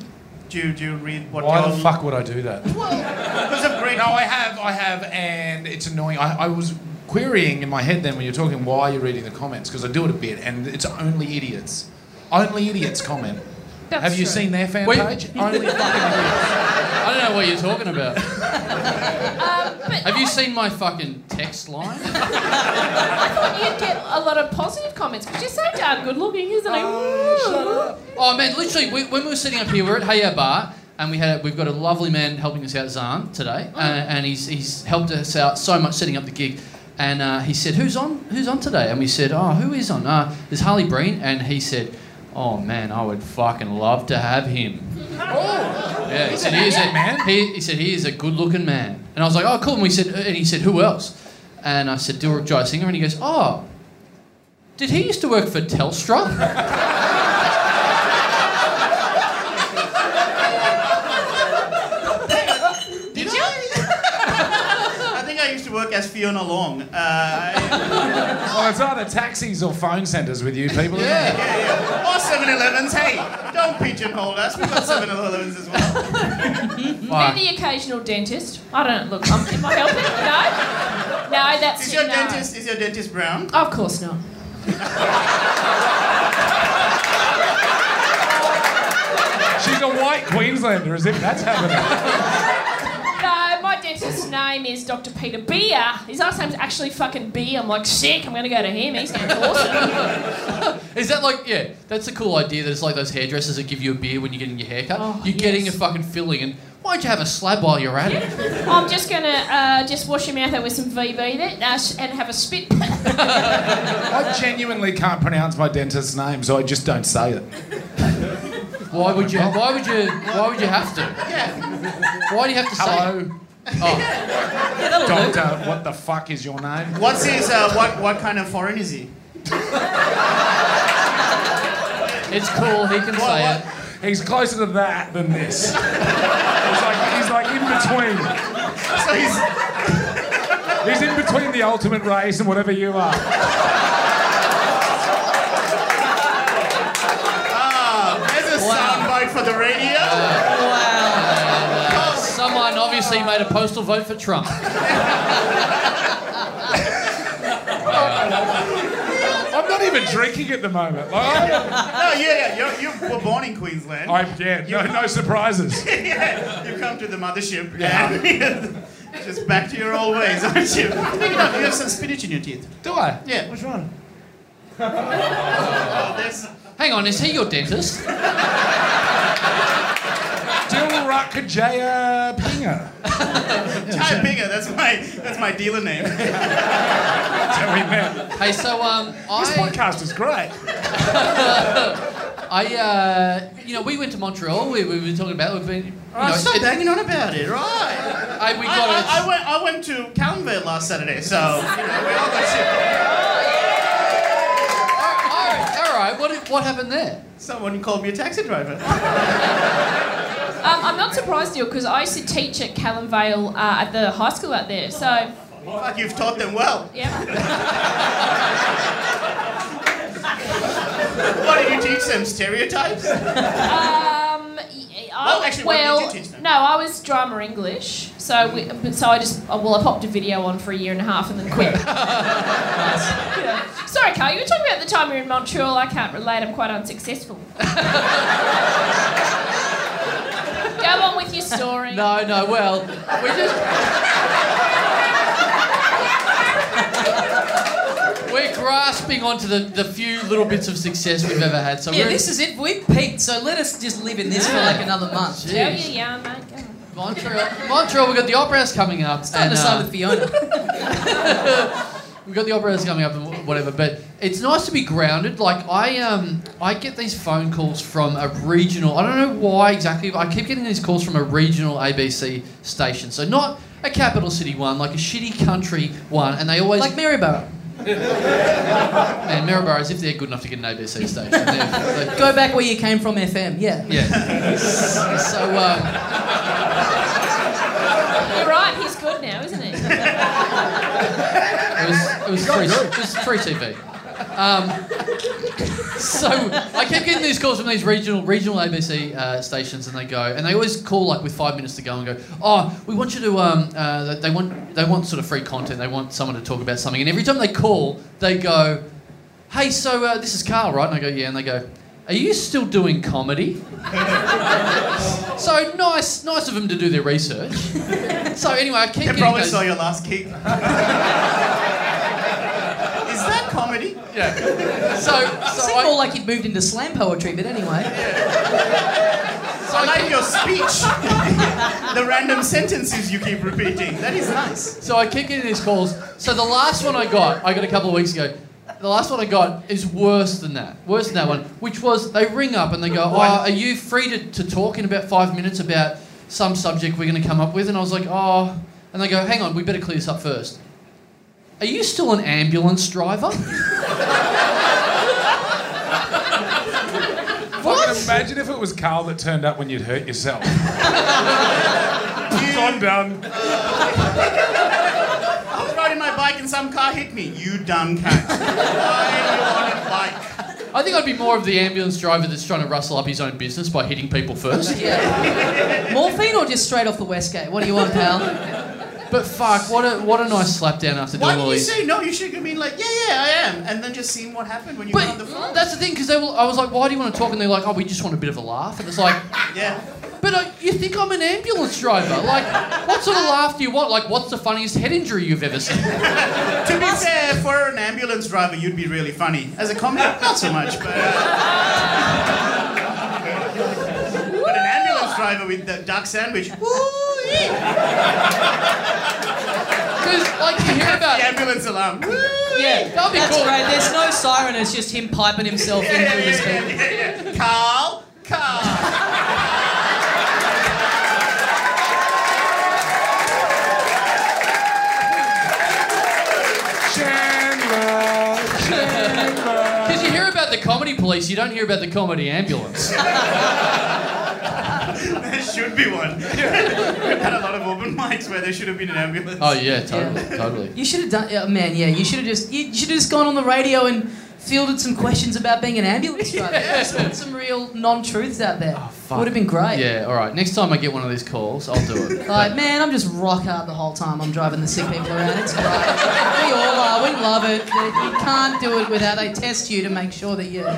D: Do you, do you read what
F: Why
D: your...
F: the fuck would I do that?
D: Because of great...
F: No, I have, I have, and it's annoying. I, I was querying in my head then when you're talking why you're reading the comments because I do it a bit, and it's only idiots, only idiots comment.
G: That's
F: have you
G: true.
F: seen their fan
B: Wait.
F: page? Only fucking idiots.
B: I don't know what you're talking about.
G: Um, But
B: Have you seen my fucking text line?
G: I thought you'd get a lot of positive comments because you're so darn good looking, isn't it?
B: Oh man, literally, we, when we were sitting up here, we were at Hey Ya Bar, and we had we've got a lovely man helping us out, Zahn, today, uh, and he's he's helped us out so much setting up the gig. And uh, he said, "Who's on? Who's on today?" And we said, "Oh, who is on? Uh, there's Harley Breen." And he said, "Oh man, I would fucking love to have him." Oh, yeah. He said, he is a man. He, he said he is a good-looking man, and I was like, "Oh, cool." And we said, and he said, "Who else?" And I said, "Dilruk Jaisinger," and he goes, "Oh." Did he used to work for Telstra?
D: Did you? I think I used to work as Fiona Long. Uh, I-
F: Well, it's either taxis or phone centres with you people. isn't it?
D: yeah, yeah. Or 7-Elevens. Hey, don't pigeonhole us. We've got 7-Elevens as well.
G: And the occasional dentist. I don't look. I'm, am I helping? No. No, that's
D: Is your
G: no.
D: dentist is your dentist brown?
G: Of course not.
F: She's a white Queenslander, as if that's happening.
G: No, my dentist's name is Dr. Peter Beer. His last name's actually fucking Beer. I'm like, sick. I'm going to go to him. He's going awesome.
B: Is that like yeah? That's a cool idea. That it's like those hairdressers that give you a beer when you're getting your haircut.
G: Oh,
B: you're getting a
G: yes.
B: fucking filling, and why don't you have a slab while you're at it?
G: I'm just going to uh, just wash your mouth out with some VB there, uh, sh- and have a spit. Um,
F: I genuinely can't pronounce my dentist's name, so I just don't say it.
B: Why would you? Why would you? Why would you have to? Yeah. Why do you have to say? it?
F: Hello. Doctor, what the fuck is your name?
D: What's his? Uh, what what kind of foreign is he?
B: It's cool. He can say it.
F: He's closer to that than this. he's, like, he's like in between.
D: So he's
F: He's in between the ultimate race and whatever you are.
D: there's a soundbite for the radio.
B: Someone obviously made a postal vote for Trump.
F: I'm not even drinking at the moment. Like, I,
D: no, yeah, yeah, you you were born in Queensland.
F: I'm, yeah, no, no surprises.
D: yeah, you come to the mothership and just back to your old ways, aren't you? Speaking of, you have some spinach in your teeth.
F: Do I?
D: Yeah.
F: Which one?
D: Oh, there's
B: Hang on, is he your dentist?
F: Dill Rakajaya Pinger.
D: Ty Binger. That's my that's my dealer name.
F: That's how we met.
B: Hey, so um,
F: This
B: I,
F: podcast is great.
B: I, uh, you know, we went to Montreal. We, we were talking about. We've been. You
D: Oh,
B: know,
D: stop
B: it-
D: banging on about it, right?
B: I, we
D: I,
B: got
D: I-
B: a-
D: I went, I went to Calumville last Saturday, so you know, we all got shit.
B: All right, all right. What, what happened there?
D: Someone called me a taxi driver.
G: Um, I'm not surprised, Neil, because I used to teach at Callum Vale uh, at the high school out there. So,
D: Fuck, you've taught them well.
G: yeah.
D: What did you teach them? Stereotypes?
G: Um, y- I,
D: Oh, actually, what
G: well,
D: did you teach them?
G: no, I was drama English. So, we, but- so I just oh, well, I popped a video on for a year and a half and then quit. Yeah. Sorry, Carl, you were talking about the time you were in Montreal. I can't relate. I'm quite unsuccessful. Go on with your story.
B: No, no. Well, we just. We're grasping onto the, the few little bits of success we've ever had. So
A: Yeah,
B: we're
A: this is it. We've peaked, so let us just live in this for like another month.
G: Tell
B: Jeez.
G: your yarn, mate. Go on.
B: Montreal. Montreal. We've got the opera house coming up.
A: Starting
B: and,
A: to
B: uh,
A: side with Fiona.
B: We've got the operas coming up and wh- whatever, but it's nice to be grounded. Like I um I get these phone calls from a regional. I don't know why exactly. But I keep getting these calls from a regional ABC station. So not a capital city one, like a shitty country one, and they always
A: like Maryborough.
B: man Maryborough as if they're good enough to get an ABC station. They're- they-
A: Go back where you came from, FM. Yeah. uh,
B: yeah. So um,
G: You're right, he's good now, isn't he?
B: it was it was free it was free TV. Um, so I kept getting these calls from these regional regional ABC uh, stations, and they go, and they always call like with five minutes to go, and go, "Oh, we want you to." Um, uh, they want they want sort of free content. They want someone to talk about something, and every time they call, they go, "Hey, so uh, this is Carl, right?" And I go, "Yeah," and they go, "Are you still doing comedy?" so nice, nice of them to do their research. so anyway, I keep
D: They
B: getting
D: probably
B: those-
D: saw your last gig. Is that comedy?
B: Yeah. So, so
A: Seemed
B: I,
A: more like you'd moved into slam poetry, but anyway.
D: I like your speech. the random sentences you keep repeating. That is nice.
B: So I keep getting these calls. So the last one I got, I got a couple of weeks ago. The last one I got is worse than that. Worse than that one, which was they ring up and they go, oh, "Are you free to, to talk in about five minutes about some subject we're going to come up with?" And I was like, "Oh," and they go, "Hang on, we better clear this up first. Are you still an ambulance driver?"
F: Fucking imagine if it was Carl that turned up when you'd hurt yourself. I'm done.
D: I was riding my bike and some car hit me. You dumb cunt. Why are you on a bike?
B: I think I'd be more of the ambulance driver that's trying to rustle up his own business by hitting people first.
A: Morphine or just straight off the West Gate? What do you want, pal?
B: But fuck, what a what a nice slapdown after
D: Why
B: doing all
D: did you
B: these.
D: say no? You should have been like, yeah, yeah, I am, and then just seen what happened when you got on
B: But
D: the phone.
B: that's the thing, because I was like, why do you want to talk? And they're like, oh, we just want a bit of a laugh. And it's like,
D: Yeah.
B: but uh, you think I'm an ambulance driver? Like, what sort of laugh do you want? Like, what's the funniest head injury you've ever seen?
D: To be fair, for an ambulance driver, you'd be really funny. As a comic, not so much, but. Uh... but an ambulance driver with the duck sandwich. Woo-ee.
B: Because, like, you hear
D: The
B: about it.
D: ambulance alarm. Woo-ee.
A: Yeah,
B: That'd be
A: that's
B: cool.
A: right. There's no siren. It's just him piping himself in through his
D: yeah,
A: speaker.
D: yeah, yeah, yeah. Carl, Carl.
B: the comedy police, you don't hear about the comedy ambulance.
D: There should be one. We've had a lot of open mics where there should have been an ambulance.
B: Oh yeah, totally, totally.
A: You should have done, uh, man. Yeah, you should have just you should have just gone on the radio and fielded some questions about being an ambulance driver. Just put some real non-truths out there. Would have been great.
B: Yeah, all right. Next time I get one of these calls, I'll do it.
A: Like, man, I'm just rock hard the whole time I'm driving the sick people around. It's great. We all are. We love it. You can't do it without they test you to make sure that you're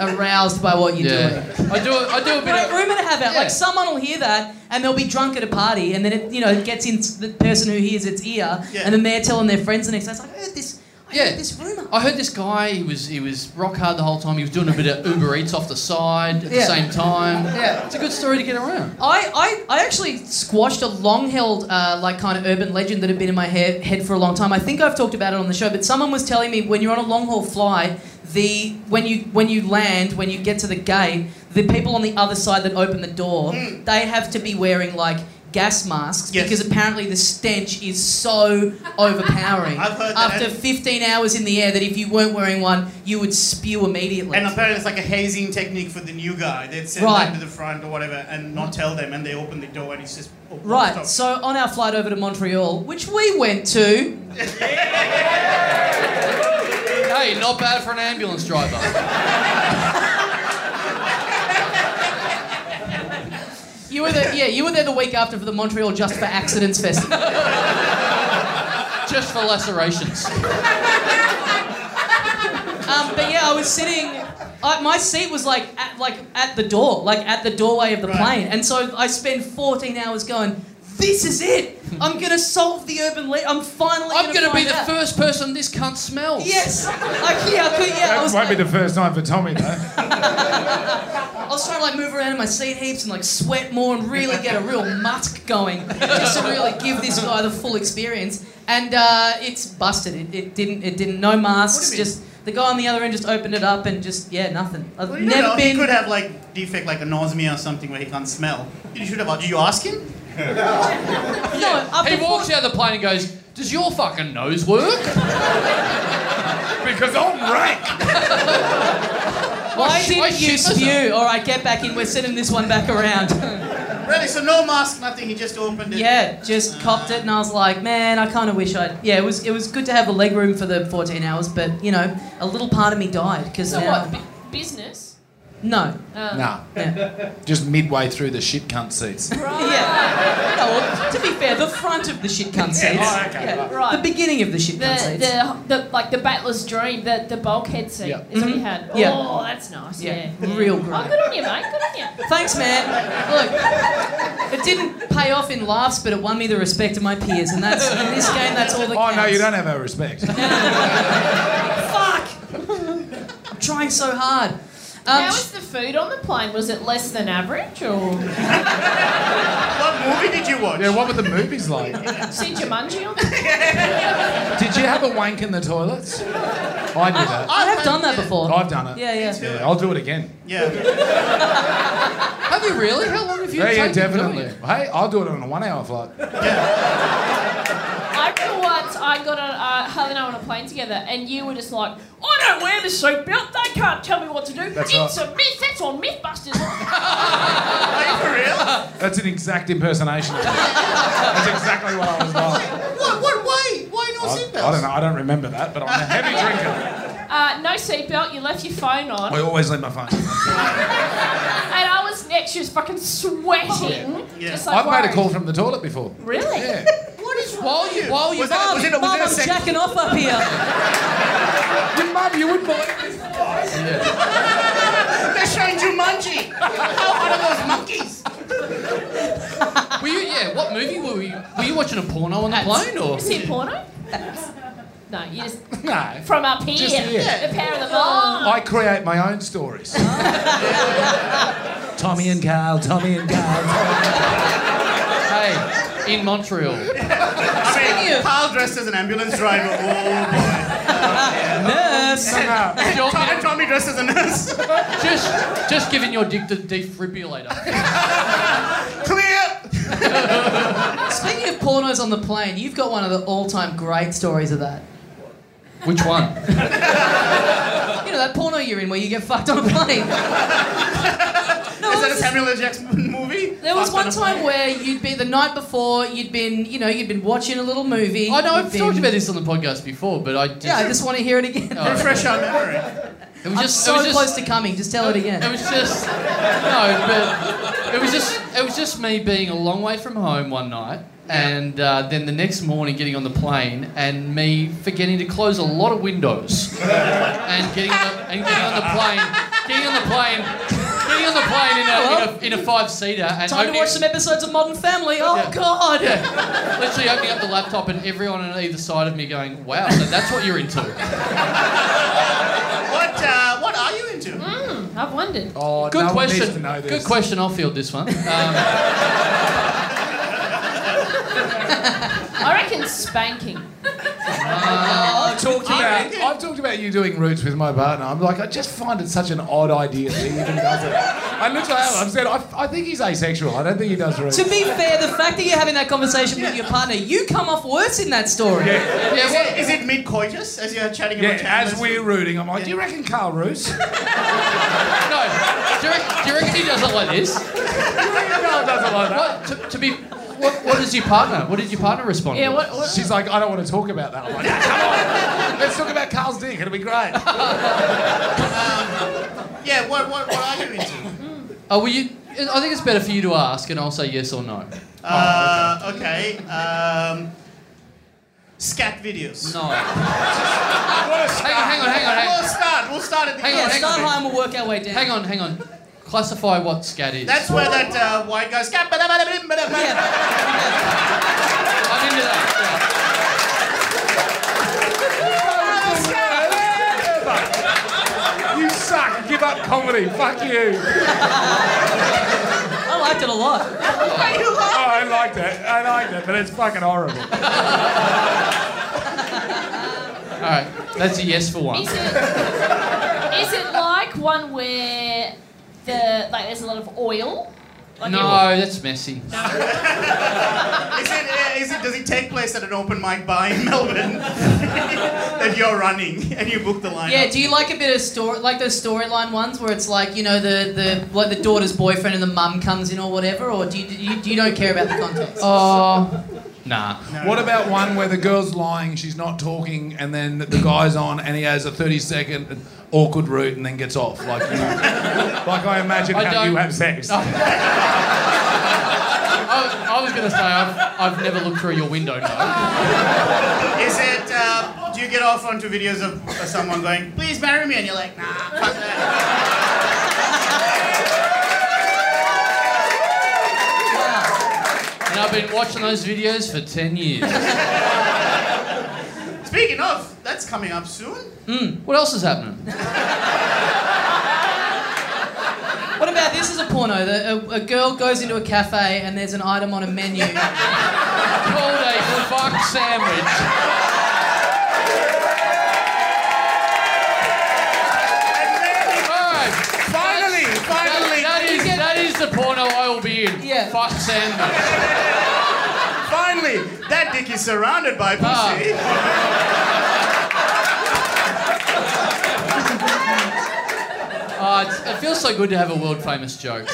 A: aroused by what you're doing.
B: yeah, I do. I do a bit
A: Great
B: of.
A: rumor to have out.
B: uh, Yeah.
A: Like someone will hear that, and they'll be drunk at a party, and then it, you know, it gets in the person who hears its ear,
D: Yeah.
A: and then they're telling their friends the next day. It's like, I heard this. I
B: Yeah.
A: heard this rumor.
B: I heard this guy. He was he was rock hard the whole time. He was doing a bit of Uber Eats off the side at the
A: Yeah.
B: same time.
A: Yeah.
B: It's a good story to get around.
A: I, I, I actually squashed a long-held, uh, like, kind of urban legend that had been in my he- head for a long time. I think I've talked about it on the show, but someone was telling me when you're on a long-haul flight, the when you when you land, when you get to the gate, the people on the other side that open the door, they have to be wearing like gas masks
D: Hmm. Yes.
A: because apparently the stench is so overpowering.
D: I've heard that.
A: After 15 hours in the air, that if you weren't wearing one, you would spew immediately.
D: And apparently, it's like a hazing technique for the new guy. They'd send
A: Right. Mm-hmm.
D: them to the front or whatever, and not tell them, and they open the door, and it's just oh,
A: Right,
D: stop.
A: so on our flight over to Montreal, which we went to,
B: Hey, not bad for an ambulance driver.
A: You were there, yeah. You were there the week after for the Montreal Just for Accidents Festival.
B: Just for lacerations.
A: Um, but yeah, I was sitting. I, my seat was like at, like at the door, like at the doorway of the
D: Right.
A: plane, and so I spend 14 hours going. This is it. I'm gonna solve the urban. Le- I'm finally.
B: I'm
A: gonna,
B: gonna be
A: find
B: the
A: out."
B: first person this cunt smells.
A: Yes. Like yeah, I could. Yeah, I
F: That
A: was.
F: won't be
A: Like,
F: the first time for Tommy though.
A: I was trying to like move around in my seat heaps and like sweat more and really get a real musk going, just to really give this guy the full experience. And uh, it's busted. It, it didn't. It didn't. No masks.
D: What do you mean?
A: Just the guy on the other end just opened it up and just yeah, nothing. I've
D: Well, you don't
A: never
D: know.
A: been.
D: He could have like defect, like anosmia or something, where he can't smell. You should have. Did you ask him?
A: no, after
B: He walks
A: four-
B: out of the plane and goes, "Does your fucking nose work?"
F: because I'm rank.
A: Why
B: sh- I
A: didn't you
B: shit myself.
A: spew? All right, get back in. We're sending this one back around.
D: Really? So no mask, nothing. He just opened it.
A: yeah, just copped it, and I was like, man, I kind of wish I'd. Yeah, it was it was good to have the leg room for the 14 hours, but you know, a little part of me died because
G: So
A: now.
G: what? Bu- business?
A: No.
G: Uh,
F: Nah,
A: Yeah.
F: just midway through the shit cunt seats.
A: Yeah. No, well, to be fair, the front of the shit cunt seats.
F: oh, okay,
A: Yeah.
G: right.
A: The beginning of the shit cunt
G: The,
A: seats.
G: the, the like the battler's dream, the, the bulkhead seat
F: Yeah.
G: is what you had.
A: Mm-hmm. Yeah.
G: Oh, that's nice.
A: yeah.
G: Yeah.
A: Real
G: Oh,
A: great.
G: good on you, mate. Good on you.
A: Thanks, man. Look, it didn't pay off in laughs, but it won me the respect of my peers, and that's in this game. That's all that
F: Oh
A: counts.
F: no, you don't have our respect.
A: Fuck! I'm trying so hard.
G: How
A: Um,
G: was the food on the plane? Was it less than average, or
D: What movie did you watch?
F: Yeah, what were the movies like?
G: did you mungie on the
F: Did you have a wank in the toilets? I did that.
A: I have done that before.
D: Oh,
F: I've done it.
A: Yeah, yeah.
F: Yeah, I'll do it again.
D: Yeah.
B: Have you really? How long have you?
F: Yeah, yeah,
B: taken doing
F: definitely.
B: it?
F: Hey, I'll do it on a one-hour flight.
G: I remember once I got on, uh, Harley and I were on a plane together, and you were just like, I don't wear the seatbelt, they can't tell me what to do.
F: That's
G: it's a myth, that's on Mythbusters.
D: Are you for real?
F: That's an exact impersonation. That's exactly what I was like.
D: What? What? Why? Why no
F: I,
D: seatbelts?
F: I don't know. I don't remember that, but I'm a heavy drinker.
G: uh, no seatbelt, you left your phone on.
F: I always leave my phone.
G: And I was next, she was fucking sweating.
D: Yeah.
G: Just like
F: I've made a
G: worried.
F: call from the toilet before.
G: Really?
F: Yeah.
D: What is
B: While you
A: Oh,
B: while you
D: Was that- was it a- was
A: Mum,
D: it a
A: I'm
D: sex-
A: jacking off up here.
F: Your mum, you wouldn't believe this.
D: They're showing Jumanji. How are those monkeys?
B: were you, yeah, what movie were you? Were you watching a porno on the plane or?
G: You see porno? No, you just
F: No.
G: from up here.
F: Just here.
G: The power of the mind.
F: I create my own stories. Tommy and Carl, Tommy and Carl.
B: Hey, in Montreal.
D: I mean,
A: of-
D: Carl dressed as an ambulance driver. Oh
A: Nurse.
F: Tommy.
D: boy. Tom, and Tommy dressed as a nurse.
B: Just just giving your dick the defibrillator.
D: Clear.
A: Speaking of pornos on the plane, you've got one of the all-time great stories of that.
B: Which one?
A: You know that porno you you're in where you get fucked on a plane.
D: Is that a Samuel L. Jackson movie?
A: There was
D: Fucked
A: one
D: on a
A: time
D: plane.
A: where you'd been the night before you'd been you know you'd been watching a little movie.
B: I know
A: You'd
B: I've
A: been-
B: talked about this on the podcast before, but I just,
A: Yeah, I just want to hear it again.
D: Refresh our memory.
B: it was
A: I'm
B: just
A: so
B: it was just,
A: close to coming. Just tell it again.
B: It was just no, but it was just it was just me being a long way from home one night, and uh, then the next morning getting on the plane and me forgetting to close a lot of windows, and getting on the, and getting on the plane, getting on the plane, getting on the plane in a, in a, in a five seater and
A: Time to
B: opening-
A: watch some episodes of Modern Family. Oh
B: Yeah.
A: God!
B: yeah, literally opening up the laptop and everyone on either side of me going, "Wow, so that's what you're into."
D: What, uh, what are you into?
F: Hmm?
G: Mm, I've wondered.
F: Oh,
B: Good
F: no one needs
B: question.
F: to know this.
B: Good question. I'll field this one. Um,
G: I reckon spanking.
A: I've talked
F: I've, I've talked about you doing roots with my partner. I'm like, I just find it such an odd idea that he even does it. I looked at him. I said, I, I think he's asexual. I don't think he does roots.
A: To be fair, the fact that you're having that conversation with your partner, you come off worse in that story.
D: Is it, is it mid coitus as you're chatting
F: Yeah,
D: about
F: as
D: Chandler's-
F: we're rooting, I'm like, do you reckon Carl roots?
B: No, do you, reckon, do you reckon he does it like this?
F: Carl doesn't like that.
B: What, to, to be, what, what does your partner? What did your partner respond?
G: Yeah,
B: with?
G: what, what?
F: She's like, I don't want to talk about that. I'm like, "Yeah, come on, let's talk about Carl's dick. It'll be great.
D: Yeah, what, what, what are you into?
B: Oh, well, you. I think it's better for you to ask, and I'll say yes or no.
D: Uh, okay. Um, scat videos.
B: No. hang on, hang on, hang on, hang on.
D: We'll start. We'll start at the
B: Hang
D: end.
B: on, hang
A: Start
B: on.
A: high and we'll work our way down.
B: Hang on, hang on. Classify what scat is.
D: That's where that uh, white guy scat.
A: Yeah.
B: I'm into that.
F: you suck. Give up comedy. Fuck you.
A: I liked it a lot.
F: Oh, I like that. I like that, but it's fucking horrible.
B: yeah. All right, that's a yes for one.
G: Is it, is it like one where the like there's a lot of oil? Like
B: No, that's messy.
D: Is it, uh, is it, does it take place at an open mic bar in Melbourne that you're running and you book the line?
A: Yeah. Do you like a bit of story, like those storyline ones where it's like you know the, the like the daughter's boyfriend and the mum comes in or whatever, or do you, do you, do you don't care about the context?
B: Oh, nah.
F: What about one where the girl's lying, she's not talking, and then the guy's on and he has a 30 second awkward route and then gets off? Like, you like I imagine
B: I
F: how
B: don't-
F: you have sex.
B: I, I was gonna say I've, I've never looked through your window. No.
D: Is it, uh, do you get off onto videos of of someone going, please marry me? And you're like, nah, fuck that.
B: And I've been watching those videos for ten years.
D: Speaking of, that's coming up soon.
B: What else is happening?
A: What about this is a porno? The, a, a girl goes into a cafe and there's an item on a menu.
B: called a fuck sandwich. Alright,
D: Finally,
B: that-
D: finally,
B: that is that is the porno I will be in.
A: Yeah.
B: Fuck sandwich.
D: finally, that dick is surrounded by pussy.
B: Uh, it's- it feels so good to have a world famous joke.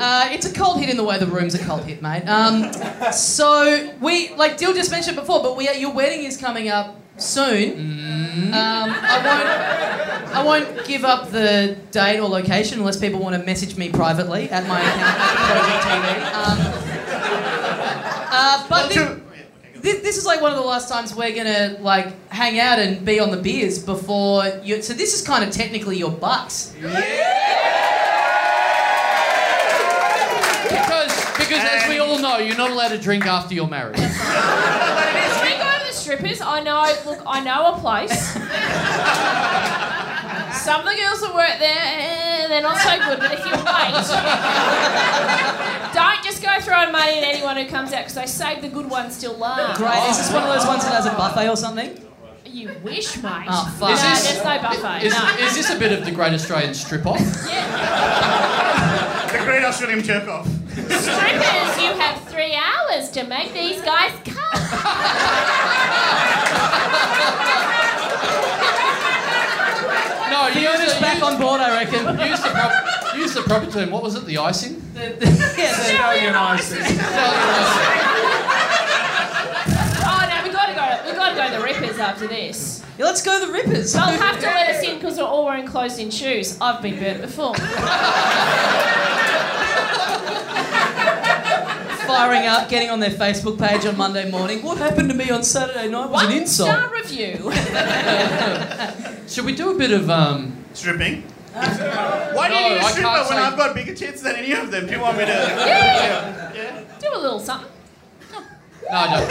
A: Uh, it's a cold hit in the way the room's a cold hit, mate. Um, so we, like Dill just mentioned before, but we, your wedding is coming up soon. Um, I won't, I won't give up the date or location unless people want to message me privately at my account at Project TV. Um, uh, but thi-
D: Two-
A: This, this is like one of the last times we're gonna like hang out and be on the beers before you. So this is kind of technically your bucks.
B: Because because as we all know, you're not allowed to drink after you're married.
G: Can we go to the strippers? I know. Look, I know a place. Some of the girls that work there, eh, they're not so good. But if you wait, don't just go throwing money at anyone who comes out because they save the good ones till last.
A: Great. Is this one of those ones that has a buffet or something?
G: You wish, mate.
A: Oh, fuck.
G: No,
B: Is this-
G: there's no buffet.
B: Is,
G: no.
B: is this a bit of the Great Australian Strip Off?
G: Yeah.
D: The Great Australian Jerk Off.
G: Strippers, you have three hours to make these guys come.
A: on board, I reckon.
B: Use the, prop- use the proper term. What was it? The icing?
A: The- the- yeah,
F: Italian ISIS.
G: Oh no, we gotta go. We gotta go to the Rippers after this.
A: the- let's go the Rippers.
G: They'll have to let us in because we're all wearing closed-in shoes. I've been burnt before.
A: firing up, getting on their Facebook page on Monday morning. What happened to me on Saturday night was
G: One
A: an insult.
G: star review.
B: Should we do a bit of um?
D: Stripping? Why do
B: No,
D: you
B: I
D: need a
B: can't
D: stripper when
B: say-
D: I've got bigger tits than any of them? Do you want me to?
G: Yeah.
D: Yeah.
G: Do a little something.
B: No, I don't.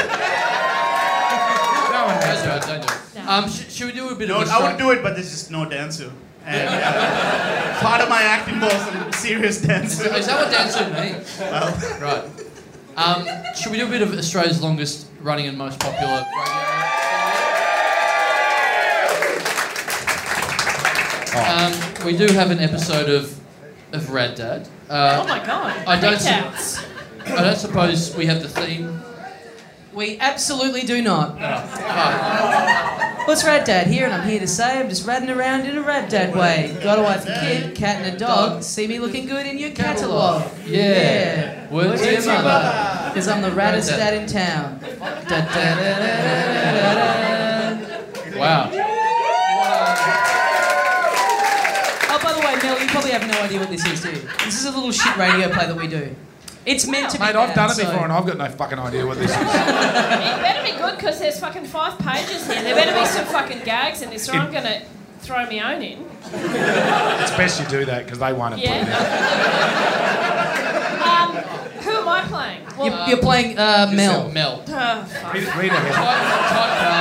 F: No one
B: Don't
F: has
B: do
F: that.
B: it. Don't do it.
G: No.
B: Um, sh- should we do a bit
D: No,
B: of? A
D: I would do it, but there's just no dancer. And uh, part of my acting involves some serious dancer.
B: Is that what dancing means? Right. Um, should we do a bit of Australia's longest running and most popular? Um, we do have an episode of of Rad Dad. Uh,
G: Oh my god.
B: I don't
G: Reach
B: see-
G: outs.
B: I don't suppose we have the theme.
A: We absolutely do not. What's Rad Dad here? And I'm here to say I'm just radding around in a Rad Dad way. Got a wife and kid, cat and a dog. See me looking good in your catalogue.
B: Yeah. Word
A: Word
B: to your mother.
A: Because I'm the raddest
B: Rad
A: dad in town. Da, da, da, da, da, da, da, da.
B: Wow.
A: Oh, by the way, Mel, you probably have no idea what this is, do you? This is a little shit radio play that we do. It's meant to be.
F: Mate, I've
A: bad,
F: done it
A: so-
F: before and I've got no fucking idea what this is.
G: It better be good because there's fucking five pages here. There better be some fucking gags in this, or I'm gonna throw my own in.
F: It's best you do that because they won't have put it
G: Yeah.
F: out.
G: Um, who am I playing? Well,
A: You're, you're playing uh, Mel.
B: Mel.
G: oh, fuck.
F: Read, read ahead.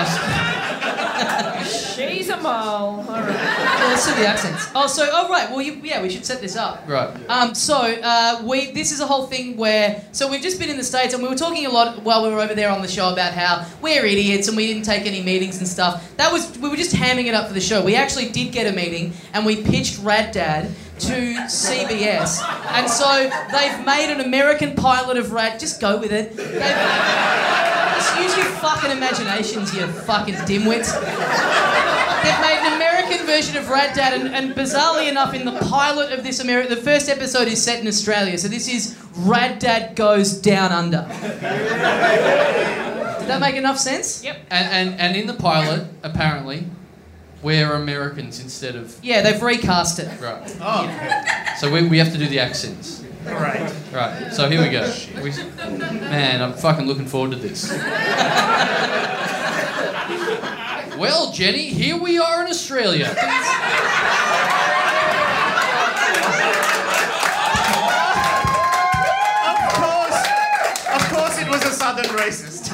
B: Typecast.
G: she's a mole. All right.
A: Well, let's do the accents. Oh, so oh right. Well, you, yeah, we should set this up.
B: Right.
A: Um, so uh, we this is a whole thing where so we've just been in the states and we were talking a lot while we were over there on the show about how we're idiots and we didn't take any meetings and stuff. That was we were just hamming it up for the show. We actually did get a meeting and we pitched Rad Dad to CBS, and so they've made an American pilot of Rad. Just go with it. They've, just use your fucking imaginations, you fucking dimwits. They've made an American version of Rat Dad, and, and bizarrely enough, in the pilot of this American, the first episode is set in Australia, so this is Rat Dad Goes Down Under. Did that make enough sense?
G: Yep.
B: And, and and in the pilot, apparently, we're Americans instead of
A: Yeah, they've recast it.
B: right.
D: Oh, okay.
B: So we, we have to do the accents.
D: all right.
B: Right. So here we go. We, man, I'm fucking looking forward to this. well, Jenny, here we are in Australia.
D: Of course, of course, it was a southern racist.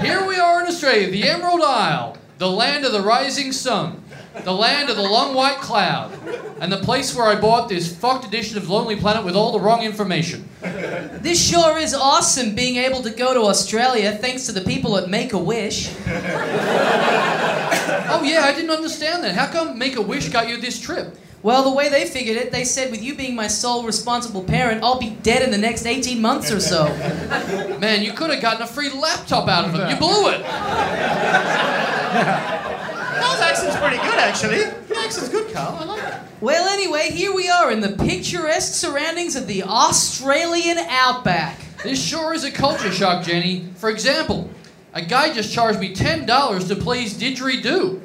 B: Here we are in Australia, the Emerald Isle, the land of the rising sun, the land of the long white cloud, and the place where I bought this fucked edition of Lonely Planet with all the wrong information.
A: This sure is awesome being able to go to Australia thanks to the people at Make a Wish.
B: Oh yeah, I didn't understand that. How come Make a Wish got you this trip?
A: Well, the way they figured it, they said, with you being my sole responsible parent, I'll be dead in the next 18 months or so.
B: Man, you could have gotten a free laptop out of it. You blew it.
D: Those accent's pretty good, actually. The accent's good, Carl. I like it.
A: Well, anyway, here we are in the picturesque surroundings of the Australian outback.
B: This sure is a culture shock, Jenny. For example, a guy just charged me ten dollars to play his didgeridoo.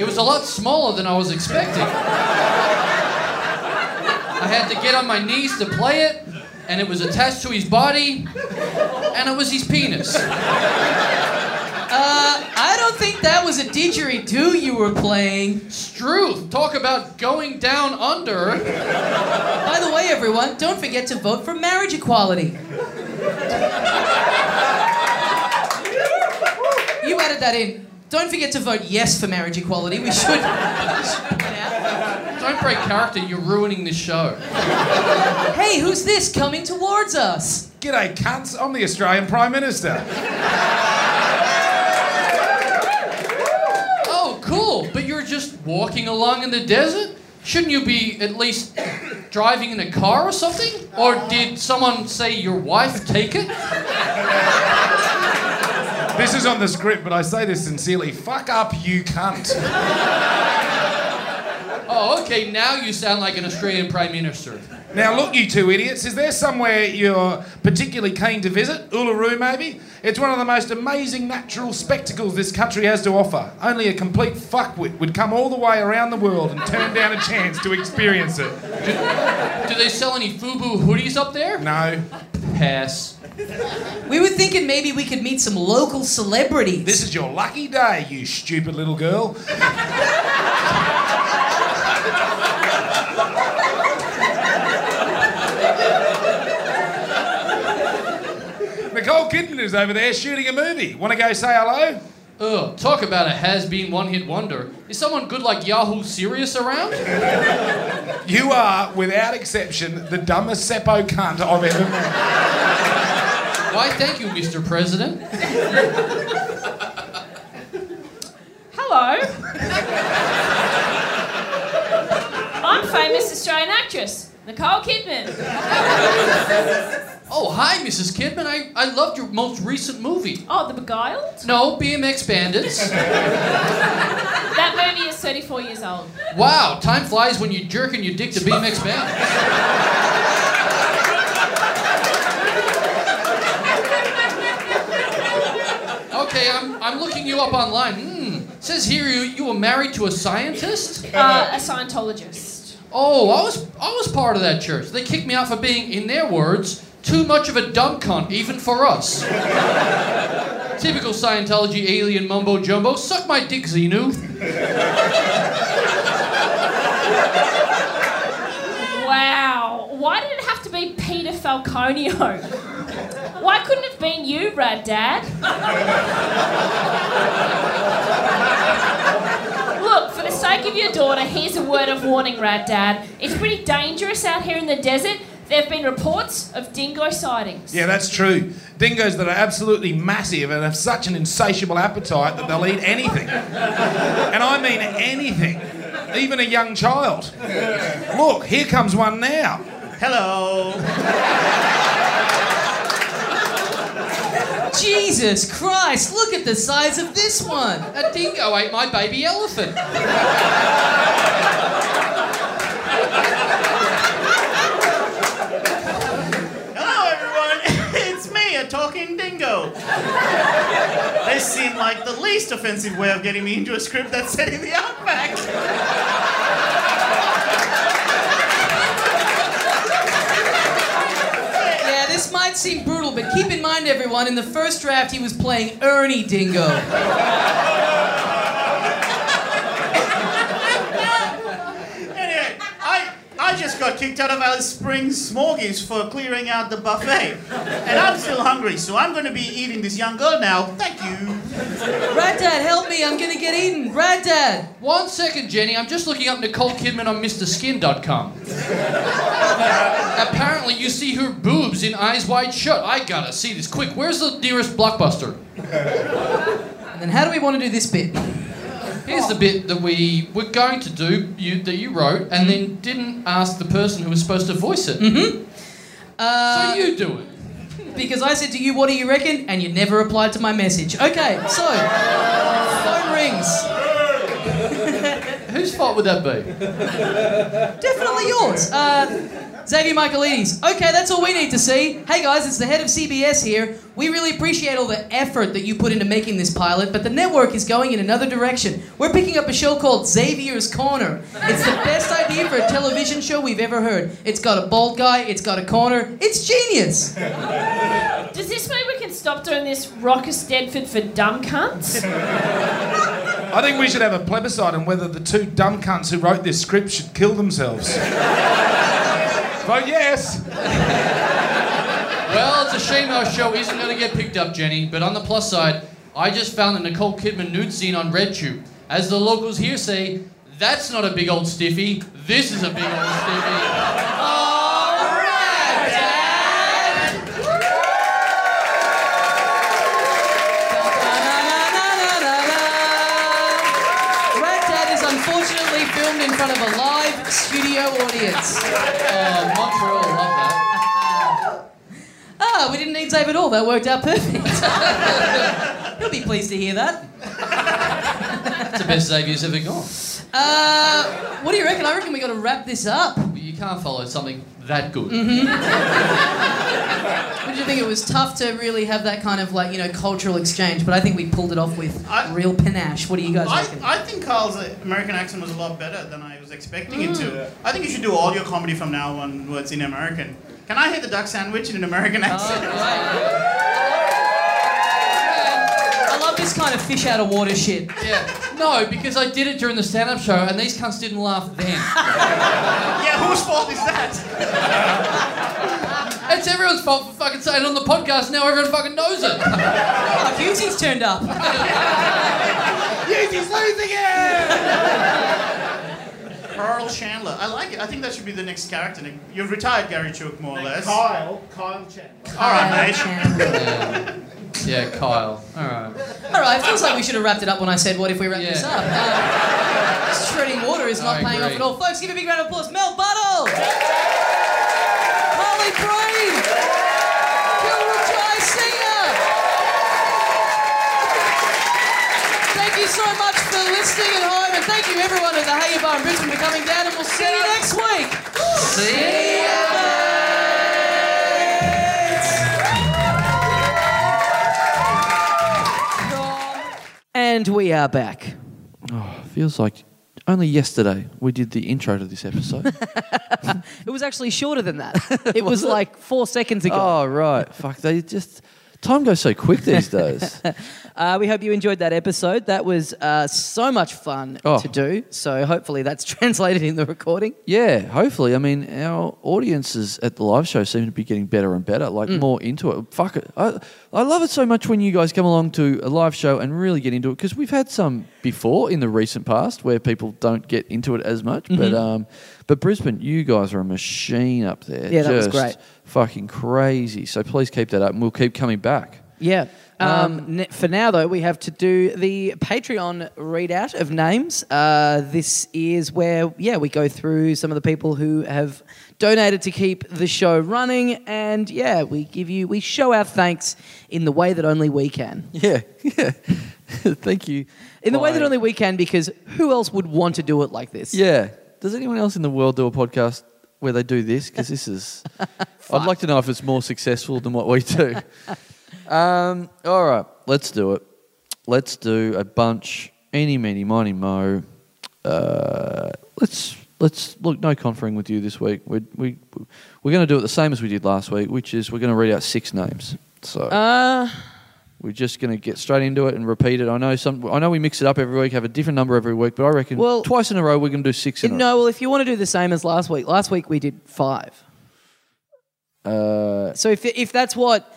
B: It was a lot smaller than I was expecting. I had to get on my knees to play it, and it was attached to his body, and it was his penis.
A: Uh, I don't think that was a didgeridoo you were playing.
B: Struth, talk about going down under.
A: By the way, everyone, don't forget to vote for marriage equality. You added that in. Don't forget to vote yes for marriage equality. We should. we should put that
B: Don't break character, you're ruining this show.
A: out. Hey, who's this coming towards us?
F: G'day, cunts. I'm the Australian Prime Minister.
B: Oh, cool. But you're just walking along in the desert? Shouldn't you be at least driving in a car or something? Or did someone say your wife take it?
F: This is on the script, but I say this sincerely. Fuck up, you cunt.
B: Oh, okay, now you sound like an Australian Prime Minister.
F: Now, look, you two idiots, is there somewhere you're particularly keen to visit? Uluru, maybe? It's one of the most amazing natural spectacles this country has to offer. Only a complete fuckwit would come all the way around the world and turn down a chance to experience it.
B: Do they sell any FUBU hoodies up there?
F: No.
B: Pass.
A: We were thinking maybe we could meet some local celebrities.
F: This is your lucky day, you stupid little girl. Nicole Kidman is over there shooting a movie. Want to go say hello?
B: Ugh, talk about a has been one hit wonder. Is someone good like Yahoo Serious around?
F: You are, without exception, the dumbest seppo cunt I've ever met.
B: Why, thank you, Mr. President.
G: Hello. I'm famous Australian actress, Nicole Kidman.
B: Oh, hi, Mrs. Kidman. I, I loved your most recent movie.
G: Oh, The Beguiled?
B: No, BMX Bandits.
G: That movie is 34 years old.
B: Wow, time flies when you're jerking your dick to BMX Bandits. Okay, I'm, I'm looking you up online. Hmm. Says here you, you were married to a scientist?
G: Uh, a Scientologist.
B: Oh, I was I was part of that church. They kicked me out for being, in their words, too much of a dumb cunt, even for us. Typical Scientology alien mumbo jumbo. Suck my dick, Xenu.
G: Wow. Why did it have to be Peter Falconio? Why couldn't it have been you, Rad Dad? Look, for the sake of your daughter, here's a word of warning, Rad Dad. It's pretty dangerous out here in the desert. There have been reports of dingo sightings.
F: Yeah, that's true. Dingoes that are absolutely massive and have such an insatiable appetite that they'll eat anything. And I mean anything. Even a young child. Look, here comes one now.
D: Hello.
A: Jesus Christ, look at the size of this one.
B: A dingo ate my baby elephant.
D: Hello, everyone. It's me, a talking dingo. This seemed like the least offensive way of getting me into a script that's set in the outback.
A: Yeah, this might seem brutal, but keep in mind, everyone, in the first draft he was playing Ernie Dingo.
D: Anyway, I, I just got kicked out of Alice Springs Smorgies for clearing out the buffet. And I'm still hungry, so I'm going to be eating this young girl now. Thank you.
A: Rad Dad, help me, I'm gonna get eaten. Rad Dad.
B: One second, Jenny. I'm just looking up Nicole Kidman on MrSkin.com. Apparently, you see her boobs in Eyes Wide Shut. I gotta see this quick. Where's the nearest blockbuster?
A: And then how do we want to do this bit?
B: Here's the bit that we were going to do you, that you wrote and then didn't ask the person who was supposed to voice it.
A: Uh,
B: So you do it.
A: because I said to you, what do you reckon? And you never replied to my message. Okay, so phone rings.
B: Whose fault would that be?
A: Definitely yours. Uh, Xavier Michaelides. Okay, that's all we need to see. Hey guys, it's the head of CBS here. We really appreciate all the effort that you put into making this pilot, but the network is going in another direction. We're picking up a show called Xavier's Corner. It's the best idea for a television show we've ever heard. It's got a bald guy, it's got a corner. It's genius.
G: Does this mean we can stop doing this raucous Deadford for dumb cunts?
F: I think we should have a plebiscite on whether the two dumb cunts who wrote this script should kill themselves. Vote yes.
B: Well, it's a shame our show isn't going to get picked up, Jenny, but on the plus side, I just found the Nicole Kidman nude scene on RedTube. As the locals here say, that's not a big old stiffy, this is a big old stiffy.
A: Rat Dad is unfortunately filmed in front of a live studio audience.
B: Oh, Montreal, love that.
A: Ah, we didn't need Dave at all. That worked out perfect. He'll be pleased to hear that.
B: That's the best Xavier's ever gone.
A: Uh, what do you reckon? I reckon we got to wrap this up.
B: You can't follow something that good.
A: Did you think it was tough to really have that kind of like you know cultural exchange? But I think we pulled it off with
D: I-
A: real panache. What do you guys
D: I,
A: reckon?
D: I think Carl's uh, American accent was a lot better than I was expecting it to. I think you should do all your comedy from now on words in American. Can I hit the duck sandwich in an American accent?
A: I love this kind of fish out of water shit.
B: Yeah. No, because I did it during the stand-up show, and these cunts didn't laugh then.
D: yeah, whose fault is that?
B: It's everyone's fault for fucking saying it on the podcast. Now everyone fucking knows it.
A: Fuck, Hughesy's turned up.
F: Yes, he's losing it!
D: Carl Chandler. I like it. I think that should be the next character. name. You've retired Gary Chook, more or less. All
H: Kyle, Kyle Chandler.
D: right, mate.
B: Yeah, Kyle. All right.
A: All right, feels like we should have wrapped it up when I said, "What if we wrap this
B: Yeah.
A: up?" Uh, shredding water is not
B: I
A: paying off
B: agree.
A: at all, folks. Give a big round of applause, Mel Buttle, Harley Breen, Gilbert Jai Singer. Thank you so much for listening at home, and thank you everyone at the Hayer Bar in Brisbane for coming down. And we'll see you next week. See And we are back.
I: Feels like only yesterday we did the intro to this episode.
A: It was actually shorter than that. It was like four seconds ago.
I: oh right, fuck. They just time goes so quick these days.
A: Uh, we hope you enjoyed that episode. That was uh, so much fun
I: Oh.
A: to do. So hopefully that's translated in the recording.
I: Yeah, hopefully. I mean, our audiences at the live show seem to be getting better and better,
A: Mm.
I: like more into it. Fuck it. I, I love it so much when you guys come along to a live show and really get into it because we've had some before in the recent past where people don't get into it as much.
A: Mm-hmm.
I: But um, but Brisbane, you guys are a machine up there.
A: Yeah, that was
I: Just
A: great.
I: Fucking crazy. So please keep that up, and we'll keep coming back.
A: Yeah. Um, ne- for now, though, we have to do the Patreon readout of names. Uh, this is where, yeah, we go through some of the people who have donated to keep the show running, and yeah, we give you, we show our thanks in the way that only we can.
I: Yeah, yeah. Thank you.
A: In the way that
I: Bye.
A: only we can, because who else would want to do it like this?
I: Yeah. Does anyone else in the world do a podcast where they do this? Because this is. I'd like to know if it's more successful than what we do. um, all right, let's do it. Let's do a bunch. Any, meeny, miny, mo. Uh, let's let's look. No conferring with you this week. We we we're going to do it the same as we did last week, which is we're going to read out six names. So.
A: Uh,
I: we're just going to get straight into it and repeat it. I know some. I know we mix it up every week, have a different number every week, but I reckon
A: Well-
I: twice in a row we're going to do six in a row.
A: no, well, if you want to do the same as last week, last week we did five.
I: Uh,
A: So if if that's what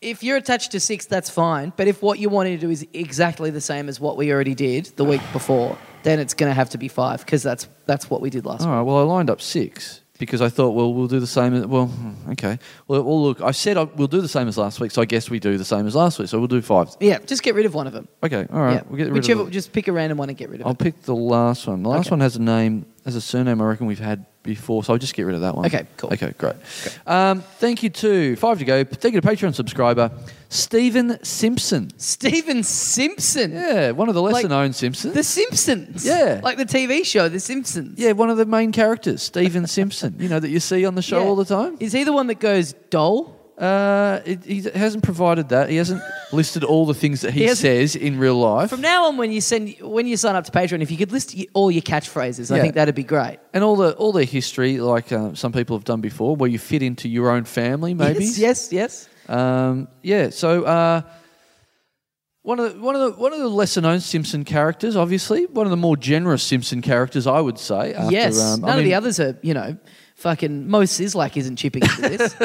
A: if you're attached to six, that's fine. But if what you wanted to do is exactly the same as what we already did the week before, then it's going to have to be five because that's that's what we did last
I: all
A: week.
I: right. Well, I lined up six because I thought, well, we'll do the same. As, well, hmm, okay. Well, well, look, I said I, we'll do the same as last week, so I guess we do the same as last week. So we'll do five.
A: Yeah, just get rid of one of them.
I: Okay. All right.
A: yeah,
I: We'll get rid
A: whichever.
I: of. it.
A: Just pick a random one and get rid of
I: I'll
A: it.
I: pick the last one. The last
A: Okay.
I: one has a name, has a surname. I reckon we've had before, so I'll just get rid of that one.
A: Okay, cool.
I: Okay, great. Um, thank you to five to go. Thank you to Patreon subscriber Stephen Simpson.
A: Steven Simpson,
I: Yeah, one of the
A: Like-
I: lesser known Simpsons.
A: The Simpsons.
I: Yeah.
A: like the TV show The Simpsons.
I: yeah, one of the main characters, Steven Simpson, you know, that you see on the show
A: Yeah.
I: all the time.
A: Is he the one that goes doll?
I: Uh, it, he hasn't provided that. He hasn't listed all the things that
A: He
I: he,
A: hasn't-
I: says in real life.
A: From now on, when you send when you sign up to Patreon, if you could list y- all your catchphrases, I
I: Yeah.
A: think that'd be great.
I: and all the all their history, like uh, some people have done before, where you fit into your own family, maybe.
A: Yes, yes, yes.
I: Um, yeah. So uh, one of the, one of the one of the lesser known Simpson characters, obviously, one of the more generous Simpson characters, I would say. After,
A: yes.
I: um, I
A: None of
I: mean-
A: the others are, you know, fucking Mo Sizlak isn't chipping into this.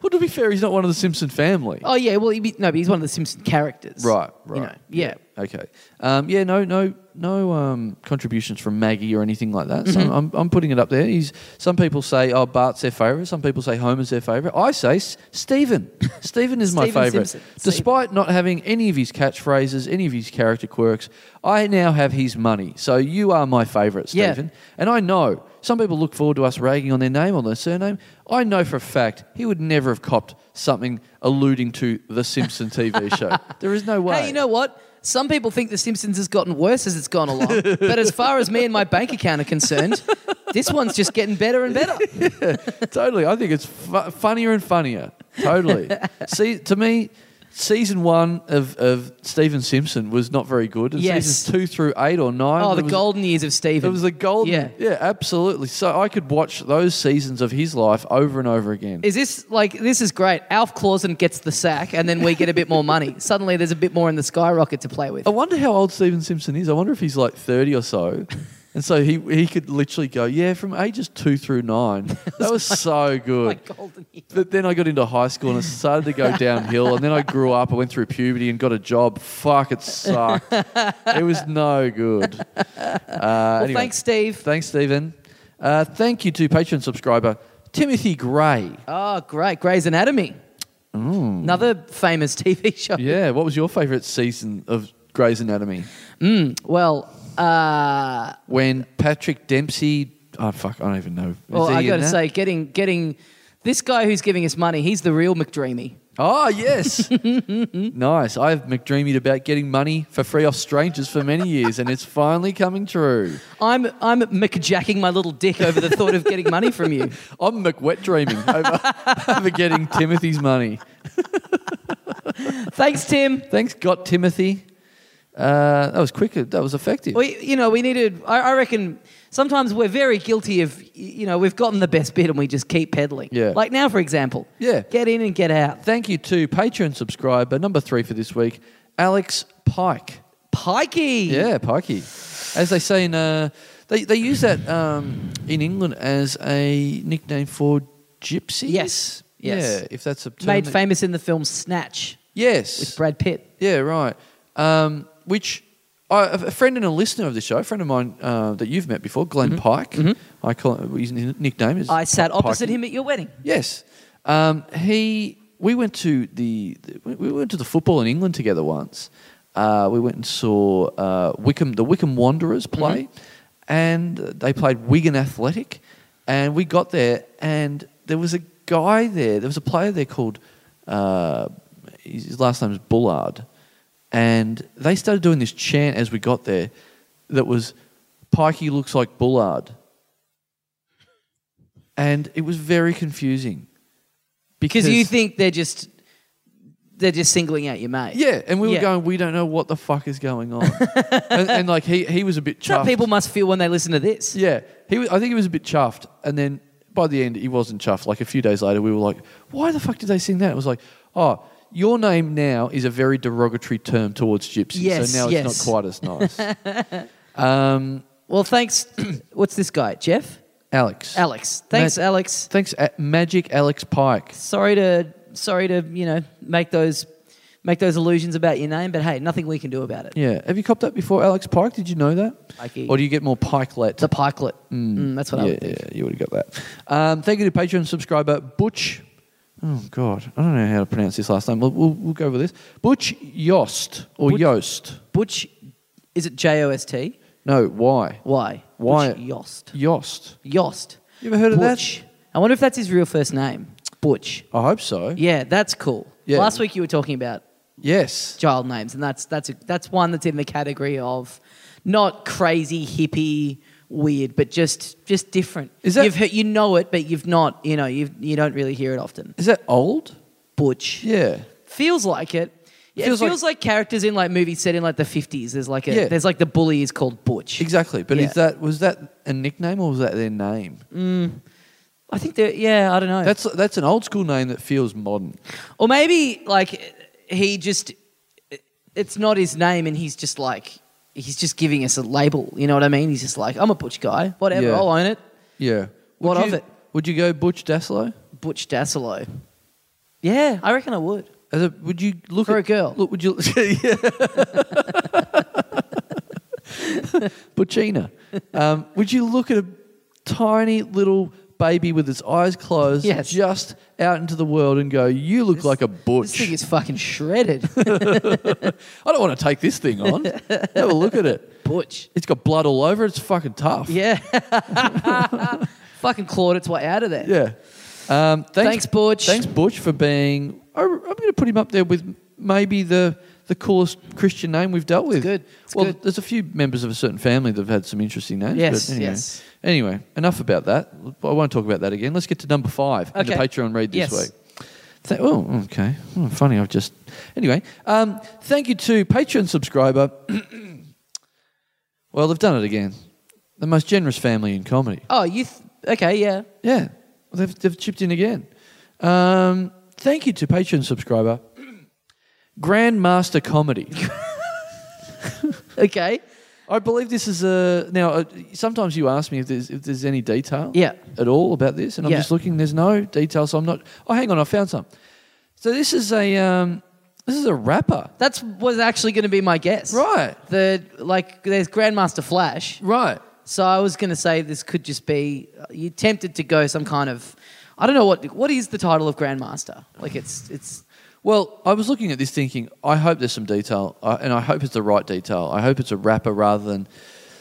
I: Well, to be fair, he's not one of the Simpson family.
A: oh yeah, well, he'd be, no, but he's one of the Simpson characters,
I: Right,
A: You
I: right.
A: know, yeah.
I: Okay. Um, yeah, no, no, no um, contributions from Maggie or anything like that. So
A: Mm-hmm.
I: I'm, I'm putting it up there. He's, some people say, oh, Bart's their favourite. Some people say Homer's their favourite. I say S- Stephen. Stephen is my
A: Stephen
I: favourite.
A: Simpson.
I: Despite not having any of his catchphrases, any of his character quirks, I now have his money. So you are my favourite,
A: Yeah.
I: Stephen. And I know some people look forward to us ragging on their name or their surname. I know for a fact he would never have copped something alluding to the Simpson TV show. There is no way.
A: Hey, you know what? some people think The Simpsons has gotten worse as it's gone along. but as far as me and my bank account are concerned, this one's just getting better and better.
I: totally. I think it's fu- funnier and funnier. Totally. See, to me, season one of, of Stephen Simpson was not very good. And
A: Yes.
I: seasons two through eight or nine.
A: Oh,
I: there
A: the
I: was-
A: golden years of Steven.
I: It was the golden.
A: Yeah.
I: yeah, absolutely. So I could watch those seasons of his life over and over again.
A: Is this like this is great? Alf Clausen gets the sack, and then we get a bit more money. Suddenly, there's a bit more in the skyrocket to play with.
I: I wonder how old Steven Simpson is. I wonder if he's like 30 or so. And so he, he could literally go, yeah, from ages two through nine. That was so
A: oh My
I: good.
A: golden years.
I: But then I got into high school and it started to go downhill. And then I grew up, I went through puberty and got a job. Fuck, it sucked. it was no good. Uh,
A: Well,
I: anyway.
A: thanks, Steve.
I: Thanks, Stephen. Uh, thank you to Patreon subscriber Timothy Gray.
A: Oh, great. Grey's Anatomy. Another famous TV show.
I: Mm. Yeah, what was your favourite season of Grey's Anatomy?
A: Well, uh,
I: When Patrick Dempsey. Oh, fuck, I don't even know. Is
A: well,
I: he
A: I
I: in
A: got to
I: that?
A: say, getting getting this guy who's giving us money, he's the real McDreamy.
I: Oh, yes. nice. I've McDreamed about getting money for free off strangers for many years, and it's finally coming true.
A: I'm I'm McJacking my little dick over the thought of getting money from you.
I: I'm McWet dreaming over, over getting Timothy's money.
A: Thanks, Tim.
I: Thanks, Got Timothy. Uh, that was quick. That was effective.
A: We, you know, we needed. I, I reckon sometimes we're very guilty of, y- you know, we've gotten the best bit and we just keep peddling.
I: Yeah.
A: Like now, for example.
I: Yeah.
A: Get in and get out.
I: Thank you to Patreon subscriber number three for this week, Alex Pike.
A: Pikey.
I: Yeah, pikey. As they say in, uh, they they use that um, in England as a nickname for gypsies.
A: Yes, yes.
I: Yeah, if that's a term
A: Made
I: that-
A: famous in the film Snatch
I: Yes.
A: with Brad Pitt.
I: Yeah, right. Um, which I, a friend and a listener of the show, a friend of mine uh, that you've met before, Glenn Pike. I call him, his nickname is.
A: Mm-hmm. I sat opposite
I: Pikey.
A: him at your wedding.
I: Yes, um, he. We went to the we we went to the football in England together once. Uh, we went and saw uh, Wickham the Wickham Wanderers
A: Mm-hmm.
I: play, and they played Wigan Athletic. And we got there, and there was a guy there. There was a player there called uh, his his last name is Bullard, and they started doing this chant as we got there that was Pikey looks like Bullard and it was very confusing
A: Because you think they're just they're just singling out your mate.
I: yeah and we were
A: Yeah.
I: going we don't know what the fuck is going on and, and like he he was a bit
A: That's how
I: chuffed
A: people must feel when they listen to this.
I: yeah he was, i think he was a bit chuffed and then by the end he wasn't chuffed like a few days later we were like why the fuck did they sing that it was like oh your name now is a very derogatory term towards gypsies
A: Yes,
I: so now
A: yes.
I: it's not quite as nice um,
A: Well, thanks. What's this guy? Jeff?
I: alex
A: Alex. Thanks,
I: Ma-
A: Alex.
I: thanks A- magic alex pike
A: Sorry to sorry to, you know, make those make those illusions about your name, but hey, nothing we can do about it.
I: yeah have you copped that before alex pike did you know that
A: Pikey.
I: or do you get more pikelet
A: The pikelet. Mm. that's what I
I: yeah,
A: would think.
I: yeah, you would have got that. Um, thank you to Patreon subscriber Butch. Oh God, I don't know how to pronounce this last name. We'll, we'll, we'll go with this. Butch Yost or
A: Butch-
I: Yost?
A: Butch is it J O S T?
I: No, why?
A: Why?
I: Why-
A: Butch Yost.
I: Yost.
A: Yost.
I: You ever heard of that?
A: Butch. I wonder if that's his real first name. Butch.
I: I hope so.
A: Yeah, that's cool.
I: Yeah.
A: Last week you were talking about
I: Yes.
A: child names, and that's that's a, that's one that's in the category of not crazy hippie weird, but just just different.
I: Is that-
A: you've heard, you know it, but you've not you know you you don't really hear it often.
I: Is that old?
A: Butch
I: Yeah.
A: feels like it. Yeah,
I: Feels
A: it
I: like-
A: feels like, characters in like movies set in like the fifties. There's like a
I: Yeah.
A: there's like the bully is called Butch.
I: Exactly. But
A: Yeah.
I: is that was that a nickname or was that their name?
A: I think that yeah, I don't know.
I: That's that's an old school name that feels modern.
A: Or maybe like he just it's not his name and he's just like he's just giving us a label, you know what I mean? He's just like, I'm a butch guy, whatever,
I: Yeah.
A: I'll own it.
I: Yeah.
A: What
I: Would
A: of
I: you-
A: it?
I: Would you go Butch Daslow?
A: Butch Dassolo. Yeah, I reckon I would.
I: As a, would you look
A: For
I: at
A: a girl.
I: Look, would you? yeah. Butchina, um, would you look at a tiny little baby with its eyes closed,
A: Yes.
I: just out into the world, and go, "You look like a
A: This thing
I: butch.
A: is fucking shredded.
I: I don't want to take this thing on. Have a look at it.
A: butch.
I: It's got blood all over. It's fucking tough.
A: Yeah. fucking clawed its way out of there.
I: Yeah. Um, thanks,
A: Thanks, Butch.
I: Thanks, Butch, for being. I, am going to put him up there with maybe the the the coolest Christian name we've dealt with.
A: good. It's
I: well,
A: good.
I: there's a few members of a certain family that have had some interesting names.
A: Yes,
I: but anyway.
A: yes.
I: Anyway, enough about that. I won't talk about that again. Let's get to number five in the
A: Okay.
I: Patreon read this
A: Yes.
I: week. Th- oh, okay. Oh, funny, I've just. Anyway, um, thank you to Patreon subscriber. well, they've done it again. The most generous family in comedy.
A: Oh, you. Th- okay, yeah.
I: Yeah, they've, they've chipped in again. Um, thank you to Patreon subscriber Grandmaster Comedy.
A: Okay.
I: I believe this is a now. Uh, sometimes you ask me if there's if there's any detail,
A: Yeah.
I: at all about this, and I'm
A: Yeah.
I: just looking. There's no detail, so I'm not. Oh, hang on, I found some. So this is a um, this is a rapper,
A: That's was actually going to be my guess.
I: right?
A: The like, there's Grandmaster Flash.
I: Right.
A: So I was going to say this could just be you tempted to go some kind of I don't know what what is the title of Grandmaster? Like it's it's
I: Well, I was looking at this thinking, I hope there's some detail, uh, and I hope it's the right detail. I hope it's a rapper rather than,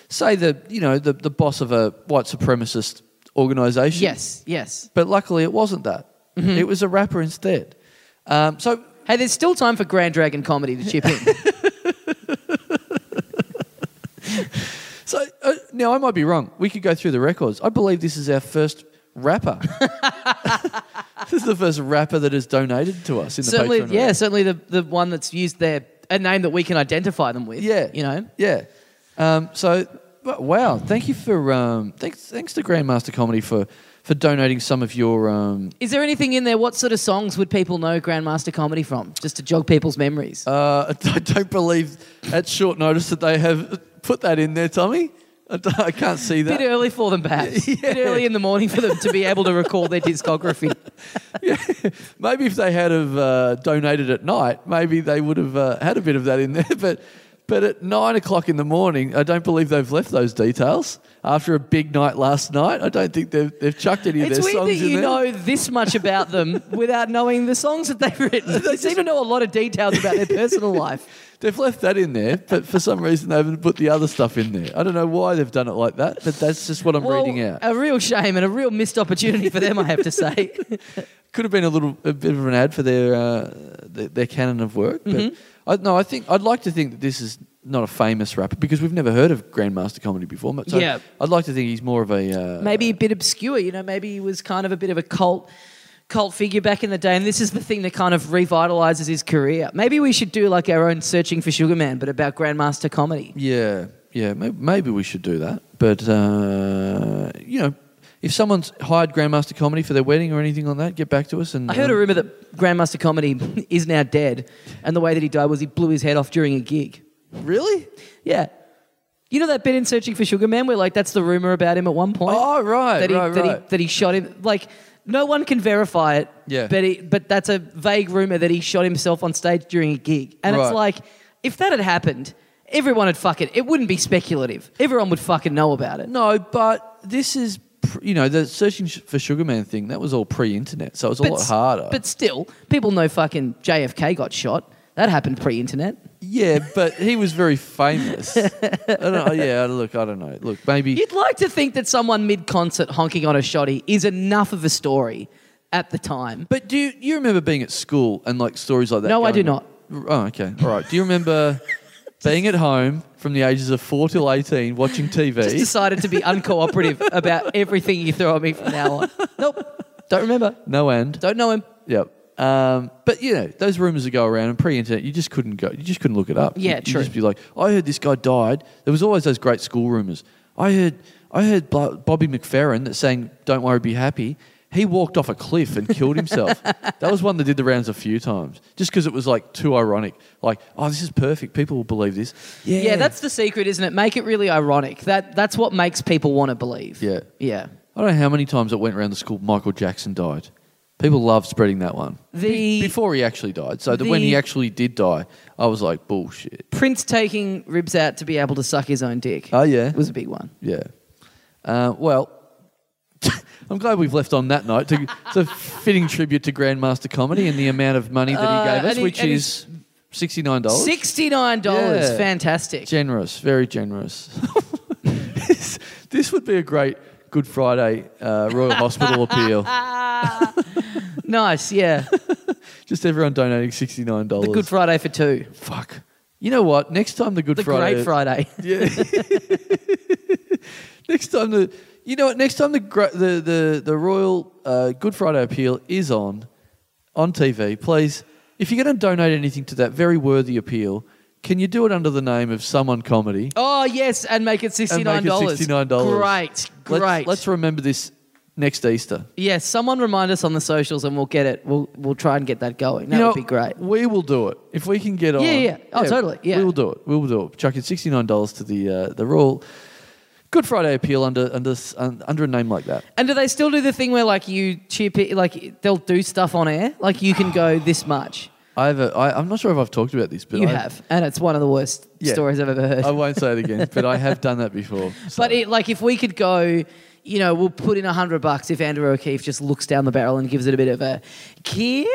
I: say, the you know the, the boss of a white supremacist organisation.
A: yes, Mm-hmm. yes.
I: But luckily, it wasn't that. It was a rapper instead. Um, so
A: Hey, there's still time for Grand Dragon comedy to chip in.
I: So uh, now I might be wrong. We could go through the records. I believe this is our first rapper. this is the first rapper that has donated to us in the
A: certainly,
I: Patreon.
A: yeah,
I: Yes.
A: certainly the the one that's used their a name that we can identify them with.
I: Yeah.
A: you know.
I: Yeah. Um, so but wow, thank you for um, thanks thanks to Grandmaster Comedy for for donating some of your um,
A: Is there anything in there? What sort of songs would people know Grandmaster comedy from? Just to jog people's memories.
I: Uh, I don't believe at short notice that they have put that in there, Tommy. I, don't- I can't see
A: a
I: that.
A: bit early for them, perhaps. A bit early in the morning for them to be able to recall their discography.
I: Maybe if they had have uh, donated at night, maybe they would have uh, had a bit of that in there. But but at nine o'clock in the morning, I don't believe they've left those details after a big night last night. I don't think they've, they've chucked any of
A: It's
I: their
A: weird
I: songs
A: that
I: in
A: you
I: there.
A: know this much about them without knowing the songs that they've written. They seem to know a lot of details about their personal life.
I: They've left that in there, but for some reason they haven't put the other stuff in there. I don't know why they've done it like that, but that's just what I'm
A: Well, uh,
I: reading out.
A: A real shame and a real missed opportunity for them, I have to say.
I: Uh, could have been a little a bit of an ad for their uh, their, their canon of work. But
A: Mm-hmm.
I: I, no, I think I'd like to think that this is not a famous rapper because we've never heard of Grandmaster Comedy before. But so
A: Yeah.
I: I'd like to think he's more of a uh,
A: Maybe a bit obscure, you know, maybe he was kind of a bit of a cult cult figure back in the day and this is the thing that kind of revitalizes his career. Maybe we should do like our own searching for Sugar Man but about Grandmaster comedy.
I: Yeah, yeah. Maybe, maybe we should do that. But uh, you know, if someone's hired Grandmaster Comedy for their wedding or anything like that, get back to us. And
A: I heard a
I: um,
A: rumor that Grandmaster comedy is now dead and the way that he died was he blew his head off during a gig.
I: really.
A: Yeah. You know that bit in Searching for Sugar Man where like that's the rumor about him at one point.
I: Oh right,
A: that he,
I: right,
A: that,
I: right.
A: He, that he shot him. Like no one can verify it.
I: Yeah.
A: But he, but that's a vague rumor that he shot himself on stage during a gig, and
I: Right.
A: it's like if that had happened, everyone would fuck it. It wouldn't be speculative. Everyone would fucking know about it.
I: No, but this is pr- you know the searching sh- for Sugar Man thing that was all pre-internet, so it was a
A: But
I: lot
A: s-
I: harder.
A: But still, people know fucking JFK got shot. That happened pre-internet.
I: Yeah, but he was very famous. I don't know, yeah, look, I don't know. Look, maybe
A: You'd like to think that someone mid-concert honking on a shoddy is enough of a story at the time.
I: But do you, you remember being at school and like stories like that?
A: No, I do not.
I: Oh, okay. All right. Do you remember being at home from the ages of 4 till 18 watching TV?
A: Just decided to be uncooperative about everything you throw at me from now on. Nope. Don't remember.
I: no end.
A: Don't know him.
I: Yep. Um, but you know those rumors that go around and pre-internet, you just couldn't go. You just couldn't look it up.
A: Yeah,
I: you, you
A: true.
I: just be like, I heard this guy died. There was always those great school rumors. I heard, I heard Bo- Bobby McFerrin that sang "Don't Worry, Be Happy." He walked off a cliff and killed himself. that was one that did the rounds a few times, just because it was like too ironic. Like, oh, this is perfect. People will believe this. Yeah,
A: Yeah. that's the secret, isn't it? Make it really ironic. That that's what makes people want to believe.
I: Yeah.
A: Yeah.
I: I don't know how many times it went around the school. Michael Jackson died. People love spreading that one.
A: The
I: before he actually died. So that when he
A: the-
I: actually did die, I was like, bullshit.
A: Prince taking ribs out to be able to suck his own dick
I: Oh yeah,
A: was a big one.
I: yeah. Uh, well, I'm glad we've left on that note. To, it's a fitting tribute to Grandmaster Comedy and the amount of money that
A: Uh,
I: he gave
A: and
I: us,
A: he-
I: which
A: and
I: is sixty nine dollars.
A: Sixty-nine dollars.
I: Oh. Yeah.
A: Fantastic.
I: Generous, very generous. this, this would be a great Good Friday uh, Royal Hospital appeal.
A: nice. Yeah.
I: Just everyone donating sixty nine dollars.
A: The Good Friday for two.
I: Fuck. You know what? Next time the Good
A: The
I: Friday.
A: Great Friday.
I: Next time the. You know what? Next time the gr- the the the Royal uh, Good Friday appeal is on on TV, please. If you're going to donate anything to that very worthy appeal, can you do it under the name of someone comedy?
A: Oh yes, and make it sixty
I: And make
A: nine
I: it
A: dollars.
I: $69.
A: Great, great.
I: Let's, let's remember this next Easter.
A: yeah, someone remind us on the socials, and we'll get it. We'll we'll try and get that going. That
I: You know,
A: would be great.
I: We will do it if we can get on.
A: yeah, yeah. Oh, totally, yeah.
I: we will do it. We will do it. Chuck in sixty nine dollars to the uh, the Royal Good Friday appeal under under un- under a name like that.
A: And do they still do the thing where like you chip it, like they'll do stuff on air? Like you can go this much.
I: I have a, I, I'm not sure if I've talked about this, but
A: you
I: I,
A: have, and it's one of the worst
I: Yeah.
A: stories I've ever heard.
I: I won't say it again, but I have done that before. So-
A: But it, like, if we could go, you know, we'll put in a hundred bucks if Andrew O'Keefe just looks down the barrel and gives it a bit of a kitty.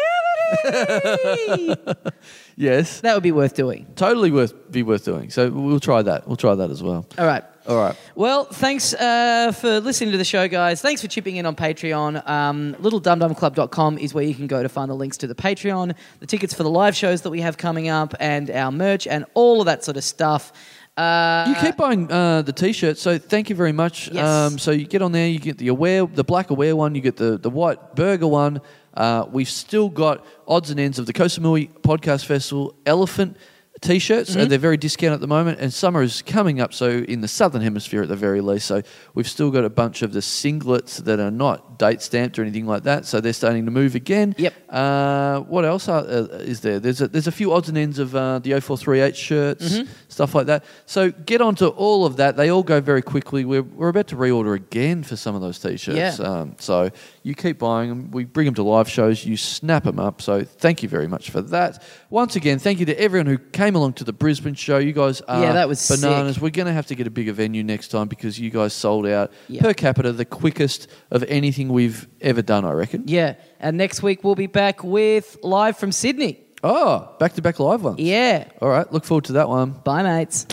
I: yes,
A: that would be worth doing.
I: totally worth be worth doing. So we'll try that. We'll try that as well.
A: All right.
I: All right.
A: Well, thanks uh, for listening to the show, guys. Thanks for chipping in on Patreon. Um, LittleDumDumClub.com is where you can go to find the links to the Patreon, the tickets for the live shows that we have coming up, and our merch and all of that sort of stuff. Uh,
I: You keep buying uh, the t-shirt, so thank you very much. Um,
A: Yes.
I: so you get on there, you get the aware, the black aware one, you get the the white burger one. Uh, we've still got odds and ends of the Kosamui Podcast Festival elephant t-shirts,
A: Mm-hmm.
I: and they're very discount at the moment. And summer is coming up, so in the southern hemisphere at the very least. So we've still got a bunch of the singlets that are not date stamped or anything like that. So they're starting to move again.
A: Yep.
I: Uh, what else are, uh, is there? There's a, there's a few odds and ends of uh, the 0438 shirts,
A: Mm-hmm.
I: stuff like that. So get onto all of that. They all go very quickly. We're, we're about to reorder again for some of those t-shirts.
A: Yeah.
I: Um, so you keep buying them. We bring them to live shows. You snap them up. So thank you very much for that. Once again, thank you to everyone who came along to the Brisbane show. You guys are
A: Yeah, that was sick.
I: bananas. We're going to have to get a bigger venue next time because you guys sold out
A: Yeah.
I: per capita the quickest of anything we've ever done, I reckon.
A: yeah. And next week we'll be back with live from Sydney.
I: Oh, back to back live ones.
A: Yeah.
I: All right, look forward to that one.
A: Bye, mates.